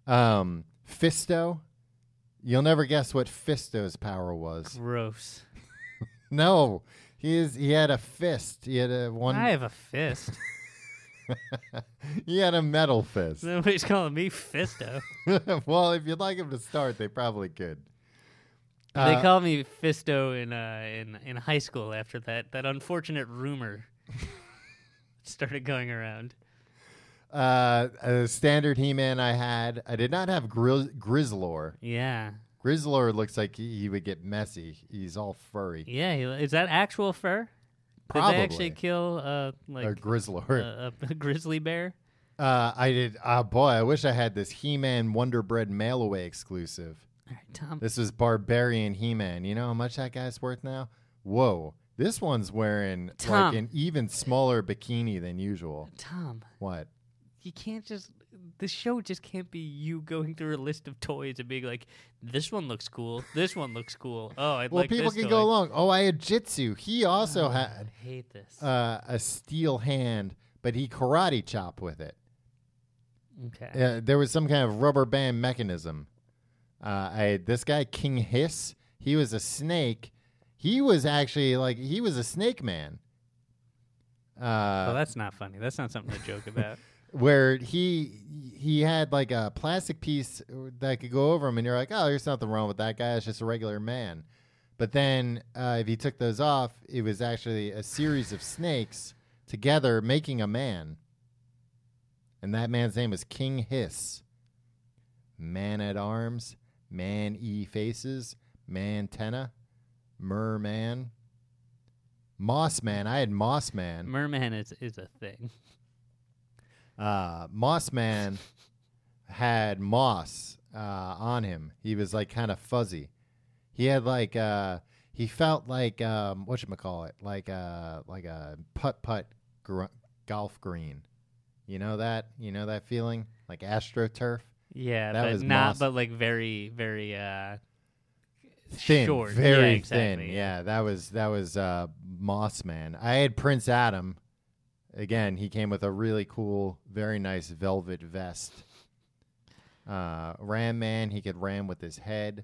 S2: Um, Fisto. You'll never guess what Fisto's power was.
S3: Gross.
S2: No, he is. He had a fist. He had a one.
S3: I have a fist.
S2: he had a metal fist.
S3: Nobody's calling me Fisto.
S2: well, if you'd like him to start, they probably could. Uh,
S3: they called me Fisto in uh, in in high school. After that, that unfortunate rumor started going around.
S2: Uh, a standard He-Man I had. I did not have Grizz- Grizzlor.
S3: Yeah,
S2: Grizzlor looks like he, he would get messy. He's all furry.
S3: yeah. he- Is that actual fur? Did they
S2: Probably.
S3: actually kill uh like
S2: a Grizzlor.
S3: a, a grizzly bear?
S2: Uh, I did. Ah, boy, I wish I had this He-Man Wonder Bread mail away exclusive.
S3: All right, Tom.
S2: This was Barbarian He-Man. You know how much that guy's worth now? Whoa. This one's wearing
S3: Tom.
S2: like an even smaller bikini than usual.
S3: Tom,
S2: What?
S3: you can't just. The show just can't be you going through a list of toys and being like, "This one looks cool. This one looks cool. Oh, I
S2: Well,
S3: like
S2: people
S3: this
S2: can
S3: toy. Oh,
S2: go along. Oh, I had Jitsu. He also
S3: I
S2: had
S3: hate this.
S2: uh, a steel hand, but he karate chop with it.
S3: okay.
S2: Uh, there was some kind of rubber band mechanism. Uh, I had this guy King Hiss. He was a snake. He was actually like he was a snake man.
S3: well,
S2: Uh,
S3: that's not funny. That's not something to joke about.
S2: where he he had like a plastic piece that could go over him, and you're like, oh, there's nothing wrong with that guy. It's just a regular man. But then uh, if he took those off, it was actually a series of snakes together making a man. And that man's name was King Hiss. Man at arms, man e faces, man tenna, merman, moss man. I had moss man.
S3: Merman is is a thing.
S2: uh, Moss Man had moss uh, on him. He was like kind of fuzzy. He had like uh, he felt like um, what you call it, like a like a putt putt gr- golf green. You know that you know that feeling like astroturf,
S3: Yeah,
S2: That
S3: but
S2: was
S3: not,
S2: Moss.
S3: but like very, very. uh
S2: thin,
S3: Short.
S2: very
S3: Yeah, exactly,
S2: thin.
S3: yeah.
S2: Yeah, that was that was uh, Moss Man. I had Prince Adam. Again, he came with a really cool, very nice velvet vest. Uh, ram man, he could ram with his head.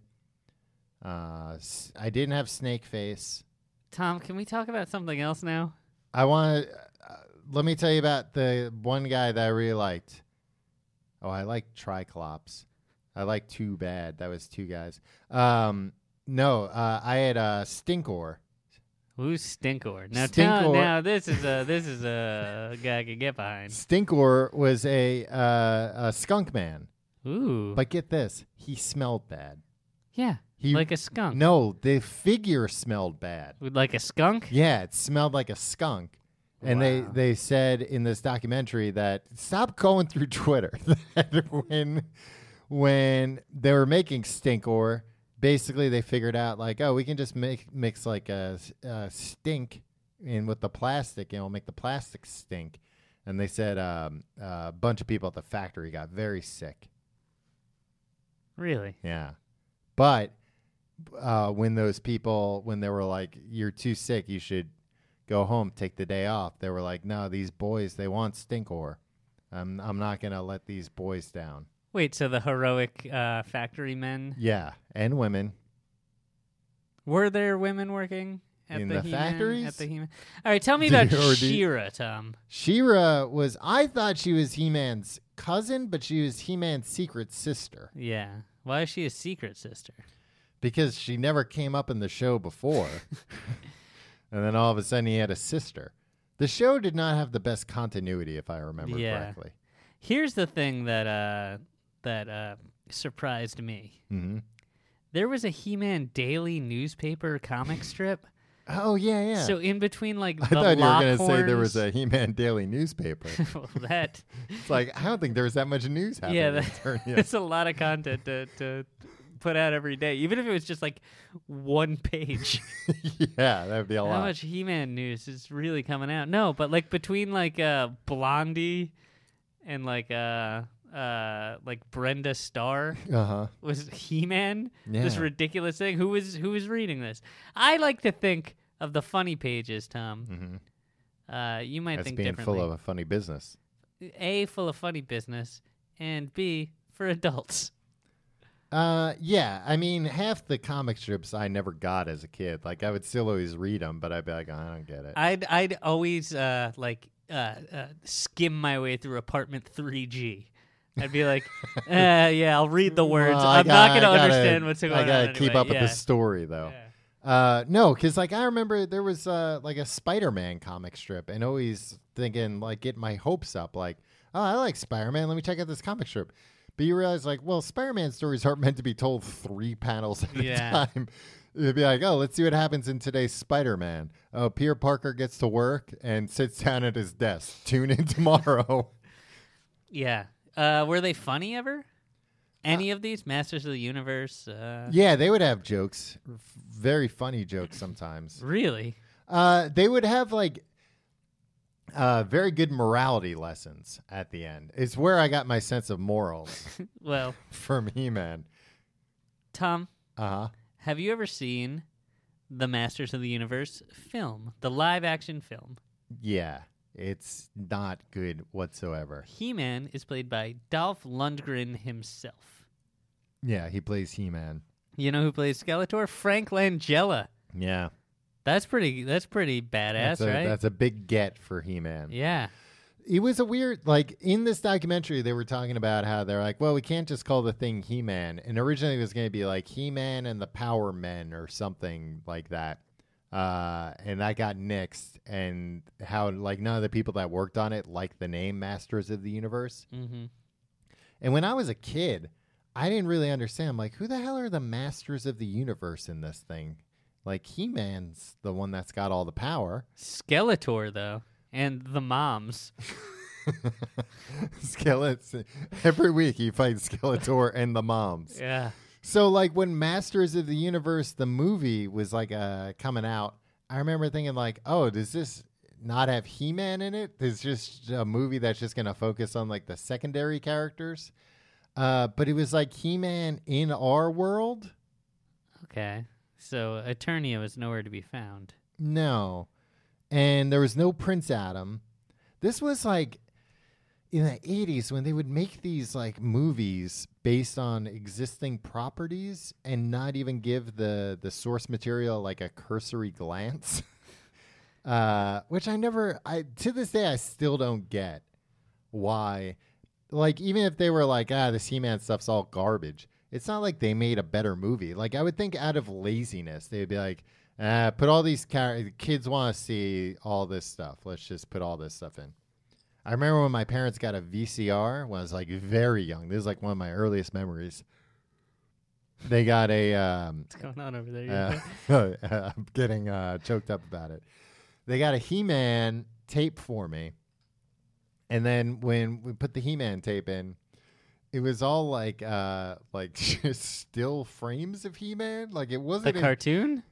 S2: Uh, s- I didn't have snake face.
S3: Tom, can we talk about something else now?
S2: I want to. Uh, let me tell you about the one guy that I really liked. Oh, I like Triclops. I like Too Bad. That was two guys. Um, no, uh, I had uh, Stinkor.
S3: Who's Stinkor? Now, tell,
S2: Stinkor-
S3: now this is a this is a guy I could get behind.
S2: Stinkor was a, uh, a skunk man.
S3: Ooh,
S2: But get this, he smelled bad.
S3: yeah,
S2: He-
S3: like a skunk.
S2: No, the figure smelled bad.
S3: With like a skunk.
S2: Yeah, it smelled like a skunk. And they,
S3: Wow.
S2: they said in this documentary that stop going through Twitter that when when they were making stink or basically they figured out like oh we can just make mix like a, s- a stink in with the plastic and it'll make the plastic stink and they said um, a bunch of people at the factory got very sick
S3: Really?
S2: yeah. But uh, when those people, when they were like, you're too sick, you should go home, take the day off, they were like, no, these boys, they want stinkor. I'm, I'm not going to let these boys down.
S3: Wait, so the heroic uh, factory men
S2: Yeah. And women.
S3: were there women working at
S2: In
S3: the,
S2: the
S3: He-Man- At
S2: factories?
S3: the He-Man. All right, tell me
S2: Do
S3: about
S2: you already-
S3: Shira, Tom.
S2: Shira was, I thought she was He Man's cousin, but she was He Man's secret sister
S3: Yeah, why is she a secret sister?
S2: because she never came up in the show before. and then all of a sudden he had a sister. The show did not have the best continuity, if I remember
S3: Yeah.
S2: correctly.
S3: Here's the thing that uh, that uh, surprised me.
S2: Mm-hmm.
S3: There was a He-Man daily newspaper comic strip.
S2: Oh yeah, yeah.
S3: So in between, like
S2: I
S3: the
S2: thought you were gonna
S3: Lockhorns-
S2: say there was a He-Man Daily newspaper.
S3: well, that
S2: it's like I don't think there was that much news happening.
S3: yeah,
S2: in
S3: that,
S2: turn yet.
S3: that's a lot of content to, to put out every day, even if it was just like one page.
S2: yeah, that would be a
S3: How
S2: lot.
S3: much He-Man news is really coming out? No, but like between like uh, Blondie and like uh, uh, like Brenda Starr
S2: Uh huh.
S3: was He-Man. This
S2: Yeah.
S3: ridiculous thing. Who was who was reading this? I like to think of the funny pages, Tom.
S2: Mm-hmm.
S3: Uh, you might
S2: That's
S3: think
S2: being
S3: differently.
S2: full of a funny business.
S3: a full of funny business and b for adults
S2: Uh, yeah. I mean, half the comic strips I never got "Oh, as a kid. Like I would still always read them, but I'd be like, I don't get it.
S3: i'd i'd always uh like uh, uh, skim my way through apartment 3G. I'd be like, eh, yeah, I'll read the words.
S2: Well, I
S3: I'm
S2: got-
S3: not going
S2: I
S3: to
S2: gotta-
S3: understand what's going on.
S2: I gotta keep
S3: anyway.
S2: up with
S3: Yeah.
S2: the story though. Uh, no, because like I remember there was uh, like a Spider-Man comic strip, and always thinking like get my hopes up, like oh I like Spider-Man, let me check out this comic strip. But you realize like well Spider-Man stories aren't meant to be told three panels at
S3: Yeah.
S2: a time. It'd be like, oh, let's see what happens in today's Spider-Man. Oh, Peter Parker gets to work and sits down at his desk. Tune in tomorrow.
S3: Yeah. Uh, were they funny ever? Any of these? Masters of the Universe? Uh,
S2: yeah, they would have jokes, f- very funny jokes sometimes.
S3: Really?
S2: Uh, they would have like uh, very good morality lessons at the end. It's where I got my sense of morals
S3: Well,
S2: from He Man.
S3: Tom,
S2: Uh huh.
S3: have you ever seen the Masters of the Universe film, the live action film?
S2: Yeah, it's not good whatsoever.
S3: He Man is played by Dolph Lundgren himself.
S2: Yeah, he plays He Man.
S3: You know who plays Skeletor? Frank Langella.
S2: Yeah,
S3: That's pretty. That's pretty badass,
S2: that's a,
S3: right?
S2: That's a big get for He Man.
S3: yeah.
S2: it was a weird like in this documentary they were talking about how they're like well we can't just call the thing he-man and originally it was going to be like he-man and the power men or something like that uh, and that got nixed and how like none of the people that worked on it liked the name masters of the universe
S3: hmm
S2: and when i was a kid i didn't really understand I'm like who the hell are the masters of the universe in this thing like he-man's the one that's got all the power
S3: Skeletor though, and the moms.
S2: Skeletons. Every week he fights Skeletor and the moms.
S3: Yeah.
S2: So like when Masters of the Universe the movie was like uh coming out, I remember thinking like, "Oh, does this not have He-Man in it? There's just a movie that's just going to focus on like the secondary characters." Uh but it was like He-Man in our world?
S3: Okay. So Eternia was nowhere to be found.
S2: No. And there was no Prince Adam. This was like in the 80s when they would make these like movies based on existing properties and not even give the the source material like a cursory glance. uh which I never I to this day I still don't get why like even if they were like ah this he-man stuff's all garbage it's not like they made a better movie like i would think out of laziness they'd be like ah, put all these char- kids want to see all this stuff let's just put all this stuff in i remember when my parents got a vcr when i was like very young this is like one of my earliest memories they got a um,
S3: What's going on over there? You
S2: uh,
S3: okay?
S2: I'm getting uh, choked up about it. They got a He-Man tape for me, and then when we put the He-Man tape in, it was all like uh, like just still frames of He-Man. Like it
S3: the
S2: wasn't in-
S3: cartoon?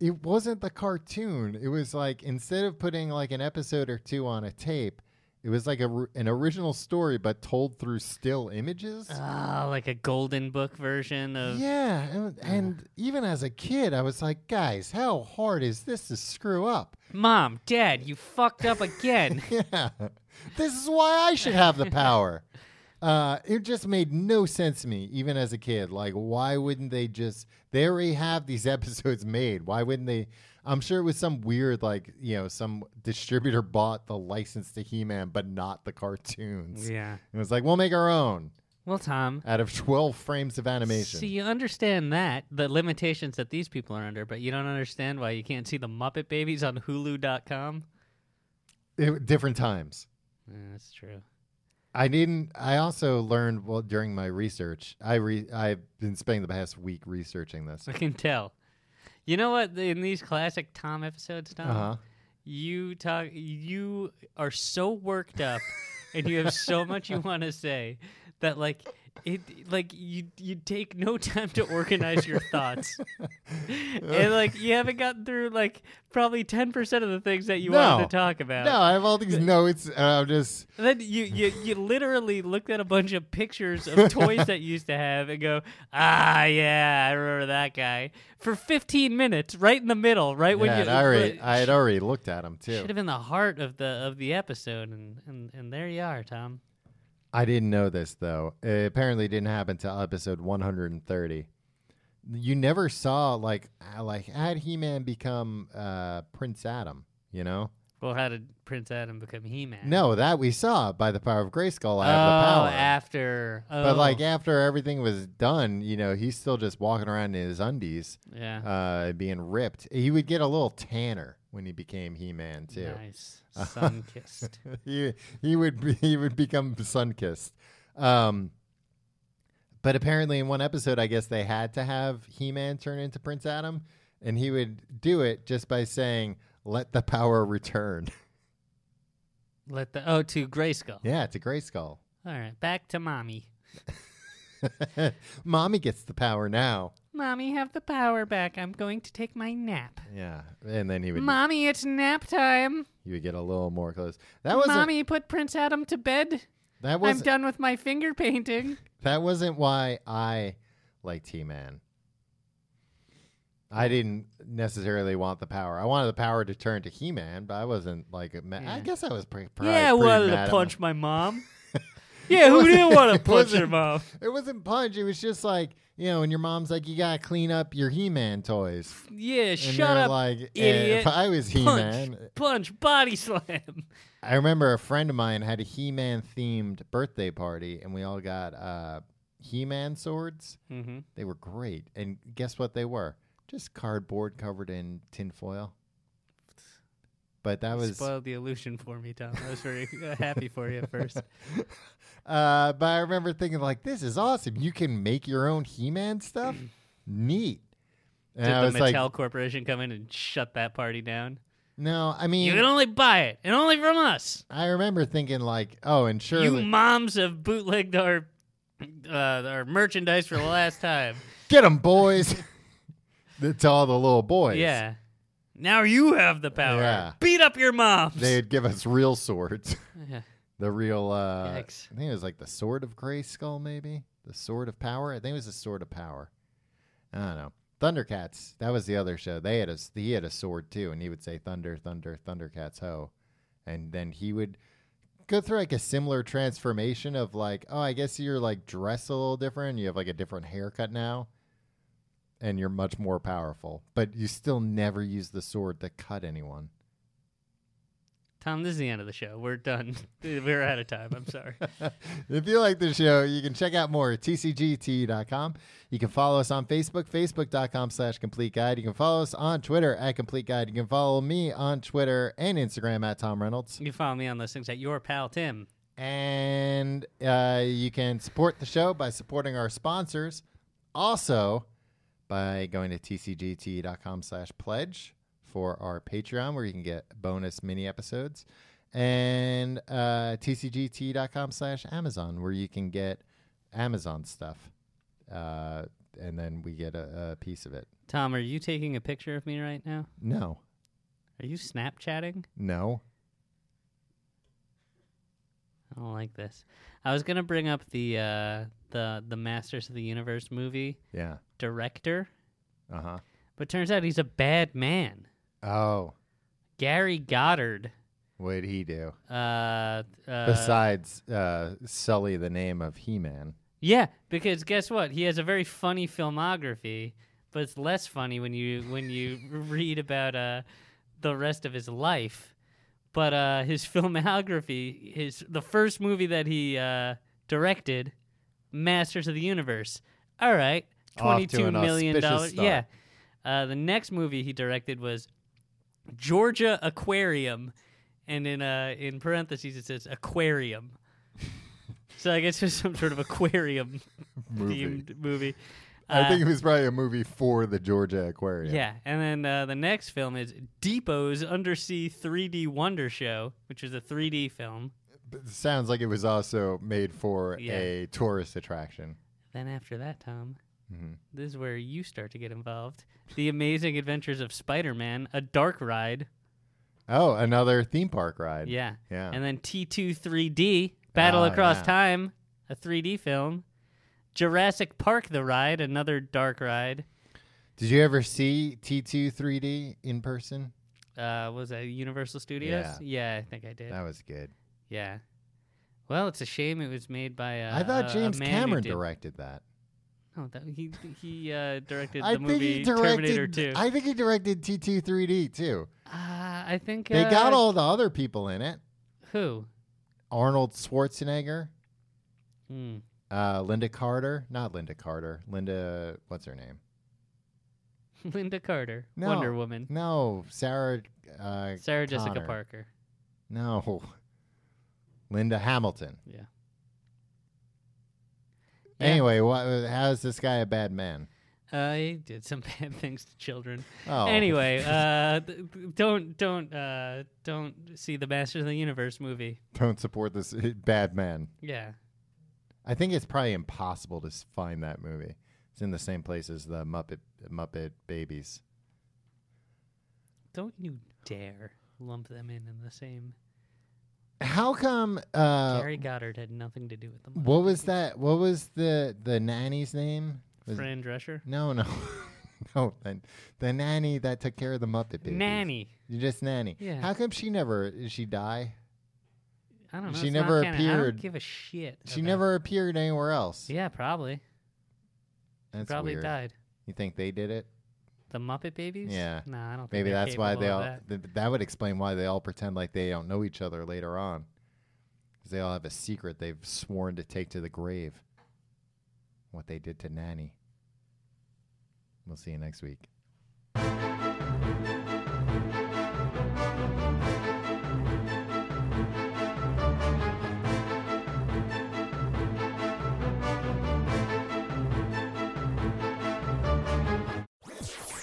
S2: it wasn't the cartoon. It was like instead of putting like an episode or two on a tape, it was like a, r- an original story but told through still images.
S3: Ah, like a golden book version of
S2: Yeah, and, and even as a kid, I was like, guys, how hard is this to screw up?
S3: Mom, Dad, you fucked up again.
S2: Yeah, this is why I should have the power. Uh, it just made no sense to me, even as a kid. Like, why wouldn't they just? They already have these episodes made. Why wouldn't they? I'm sure it was some weird, like you know, some distributor bought the license to He-Man, but not the cartoons.
S3: yeah.
S2: It was like we'll make our own
S3: Well, Tom,
S2: out of 12 frames of animation.
S3: so you understand that the limitations that these people are under, but you don't understand why you can't see the Muppet Babies on Hulu.com.
S2: It- different times.
S3: Yeah, that's true.
S2: I didn't. I also learned well during my research. I re, I've been spending the past week researching this.
S3: I can tell. You know what? In these classic Tom episodes, Tom,
S2: Uh-huh.
S3: you talk. You are so worked up, and you have so much you want to say that, like, it, like you you take no time to organize your thoughts, and like you haven't gotten through like probably ten percent of the things that you wanted to
S2: No.
S3: talk about.
S2: No, I have all these notes, and I'm just
S3: And then you, you you literally looked at a bunch of pictures of toys that you used to have and go, ah, yeah, I remember that guy. For 15 minutes, right in the middle, right when
S2: yeah,
S3: you.
S2: and I already I had already looked at them too.
S3: should have been the heart of the of the episode, and, and, and there you are, Tom.
S2: I didn't know this though. It apparently didn't happen till episode 130. You never saw like uh, like had He Man become uh, Prince Adam, you know?
S3: Well, how did Prince Adam become He-Man?
S2: No, that we saw by the power of Grayskull.
S3: Oh,
S2: I have the power.
S3: after. Oh.
S2: But like after everything was done, you know, he's still just walking around in his undies,
S3: yeah.
S2: uh, being ripped. He would get a little tanner when he became He-Man too.
S3: Nice. Sun kissed.
S2: he he would be, he would become sun kissed. Um, but apparently, in one episode, I guess they had to have He Man turn into Prince Adam, and he would do it just by saying, "Let the power return."
S3: Let the oh to Grayskull.
S2: yeah, it's a gray skull.
S3: All right, back to mommy.
S2: Mommy gets the power now.
S3: Mommy, have the power back. I'm going to take my nap.
S2: Yeah, and then he would
S3: Mommy, it's nap time.
S2: he would get a little more close. That wasn't
S3: Mommy, put Prince Adam to bed.
S2: that
S3: I'm
S2: was
S3: done with my finger painting.
S2: that wasn't why I liked He Man. I didn't necessarily want the power. I wanted the power to turn to He Man, but I wasn't like. Ma- I
S3: Yeah.
S2: guess I was pretty. Probably
S3: yeah, I
S2: pretty
S3: wanted
S2: mad
S3: to
S2: at
S3: punch my mom. yeah, who didn't want to
S2: It
S3: punch her
S2: wasn't-
S3: mom?
S2: my- It wasn't punch. It was just like you know, and your mom's like, "You gotta clean up your He Man toys."
S3: Yeah,
S2: And
S3: shut
S2: you're
S3: up,
S2: like, eh,
S3: idiot.
S2: if I was He
S3: punch,
S2: Man,
S3: punch, body slam.
S2: I remember a friend of mine had a He Man themed birthday party, and we all got uh, He Man swords.
S3: Mm-hmm.
S2: They were great. And guess what they were? Just cardboard covered in tinfoil. But that was
S3: Spoiled the illusion for me, Tom. I was very uh, happy for you at first.
S2: uh but I remember thinking like this is awesome. You can make your own He Man stuff? Neat. And
S3: Did
S2: I
S3: the
S2: was
S3: Mattel
S2: like
S3: Corporation come in and shut that party down?
S2: No, I
S3: You can
S2: mean
S3: only buy it, and only from us.
S2: I remember thinking like, oh and surely
S3: You moms have bootlegged our uh, our merchandise for the last time.
S2: get 'em boys. That's all the little boys.
S3: Yeah. Now you have the power.
S2: Yeah.
S3: Beat up your moms.
S2: They'd give us real swords.
S3: Yeah.
S2: The real uh
S3: Yikes.
S2: I think it was like the sword of Grey Skull, maybe? The Sword of Power? I think it was the Sword of Power. I don't know. Thundercats, that was the other show. They had a he had a sword too, and he would say Thunder, Thunder, Thundercats ho. And then he would go through like a similar transformation of like, oh, I guess you're like dressed a little different, you have like a different haircut now, and you're much more powerful. But you still never use the sword to cut anyone.
S3: Tom, this is the end of the show. We're done. We're out of time. I'm sorry.
S2: if you like the show, you can check out more at tcgt.com. You can follow us on Facebook, facebook.com slash complete guide. You can follow us on Twitter at complete guide. You can follow me on Twitter and Instagram at Tom Reynolds.
S3: you can follow me on those things at your pal Tim.
S2: And uh, you can support the show by supporting our sponsors. Also, by going to tcgt.com slash pledge for our Patreon, where you can get bonus mini episodes. And uh, tcgt.com slash Amazon, where you can get Amazon stuff. Uh, and then we get a, a piece of it.
S3: Tom, are you taking a picture of me right now?
S2: No,
S3: Are you Snapchatting?
S2: no.
S3: I don't like this. I was gonna bring up the uh, the the Masters of the Universe movie
S2: Yeah.
S3: director,
S2: Uh huh.
S3: but turns out he's a bad man.
S2: Oh,
S3: Gary Goddard.
S2: what'd he do?
S3: Uh, uh,
S2: Besides uh, sully the name of He Man.
S3: yeah, because guess what? He has a very funny filmography, but it's less funny when you when you read about uh, the rest of his life. But uh, his filmography, his the first movie that he uh, directed, Masters of the Universe. All right,
S2: Off
S3: twenty
S2: to
S3: two
S2: an
S3: million
S2: auspicious
S3: dollars.
S2: start.
S3: Yeah. Uh, the next movie he directed was Georgia Aquarium, and in uh, in parentheses it says aquarium. so I guess it's some sort of aquarium themed movie.
S2: I
S3: Uh,
S2: think it was probably a movie for the Georgia Aquarium.
S3: yeah, and then uh, the next film is Depot's Undersea 3D Wonder Show, which is a 3D film.
S2: But it sounds like it was also made for
S3: Yeah.
S2: a tourist attraction.
S3: Then after that, Tom,
S2: Mhm.
S3: this is where you start to get involved. The Amazing Adventures of Spider-Man: A Dark Ride.
S2: Oh, another theme park ride.
S3: Yeah.
S2: Yeah.
S3: And then T2 3D, Battle
S2: Oh,
S3: Across
S2: yeah.
S3: Time, a 3D film. Jurassic Park The Ride, another dark ride.
S2: Did you ever see T2 3D in person?
S3: Uh, was that Universal Studios? Yeah, I think I did.
S2: That was good.
S3: yeah. Well, it's a shame it was made by uh,
S2: I
S3: a-
S2: thought
S3: a
S2: James
S3: man who
S2: Cameron
S3: did-
S2: directed that.
S3: No, that, he he uh, directed
S2: I
S3: the
S2: think he
S3: movie
S2: directed
S3: Terminator 2.
S2: I think he directed T2 3D too.
S3: Uh, I I think
S2: They
S3: uh,
S2: got all the other people in it.
S3: Who?
S2: Arnold Schwarzenegger,
S3: Hmm.
S2: uh, Linda Carter, not Linda Carter, Linda, what's her name?
S3: Linda Carter,
S2: No,
S3: Wonder Woman,
S2: No, Sarah. Uh,
S3: Sarah Jessica
S2: Connor.
S3: Parker.
S2: No, Linda Hamilton.
S3: Yeah. Yeah.
S2: Anyway, why, how is this guy a bad man?
S3: Uh, he did some bad things to children.
S2: Oh,
S3: Anyway, uh, th- th- don't don't uh, don't see the Masters of the Universe movie.
S2: don't support this uh, bad man.
S3: Yeah,
S2: I think it's probably impossible to s- find that movie. It's in the same place as the Muppet Muppet Babies.
S3: don't you dare lump them in in the same.
S2: How come? Uh,
S3: Gary Goddard had nothing to do with them.
S2: what was that? What was the the nanny's name? Was,
S3: Fran Drescher,
S2: no, no, no. The, the nanny that took care of the Muppet Babies.
S3: nanny.
S2: You just nanny.
S3: Yeah.
S2: How come she never? Did she die?
S3: I don't know.
S2: She
S3: it's not
S2: never
S3: canon. I
S2: appeared.
S3: don't give a shit.
S2: She
S3: about-
S2: never appeared anywhere else.
S3: Yeah, probably.
S2: that's
S3: probably
S2: weird.
S3: died.
S2: You think they did it?
S3: The Muppet Babies.
S2: Yeah.
S3: No, I don't. Think
S2: Maybe
S3: they're
S2: that's why
S3: capable
S2: they
S3: of
S2: all.
S3: that.
S2: That. that would explain why they all pretend like they don't know each other later on, because they all have a secret they've sworn to take to the grave. What they did to Nanny. We'll see you next week.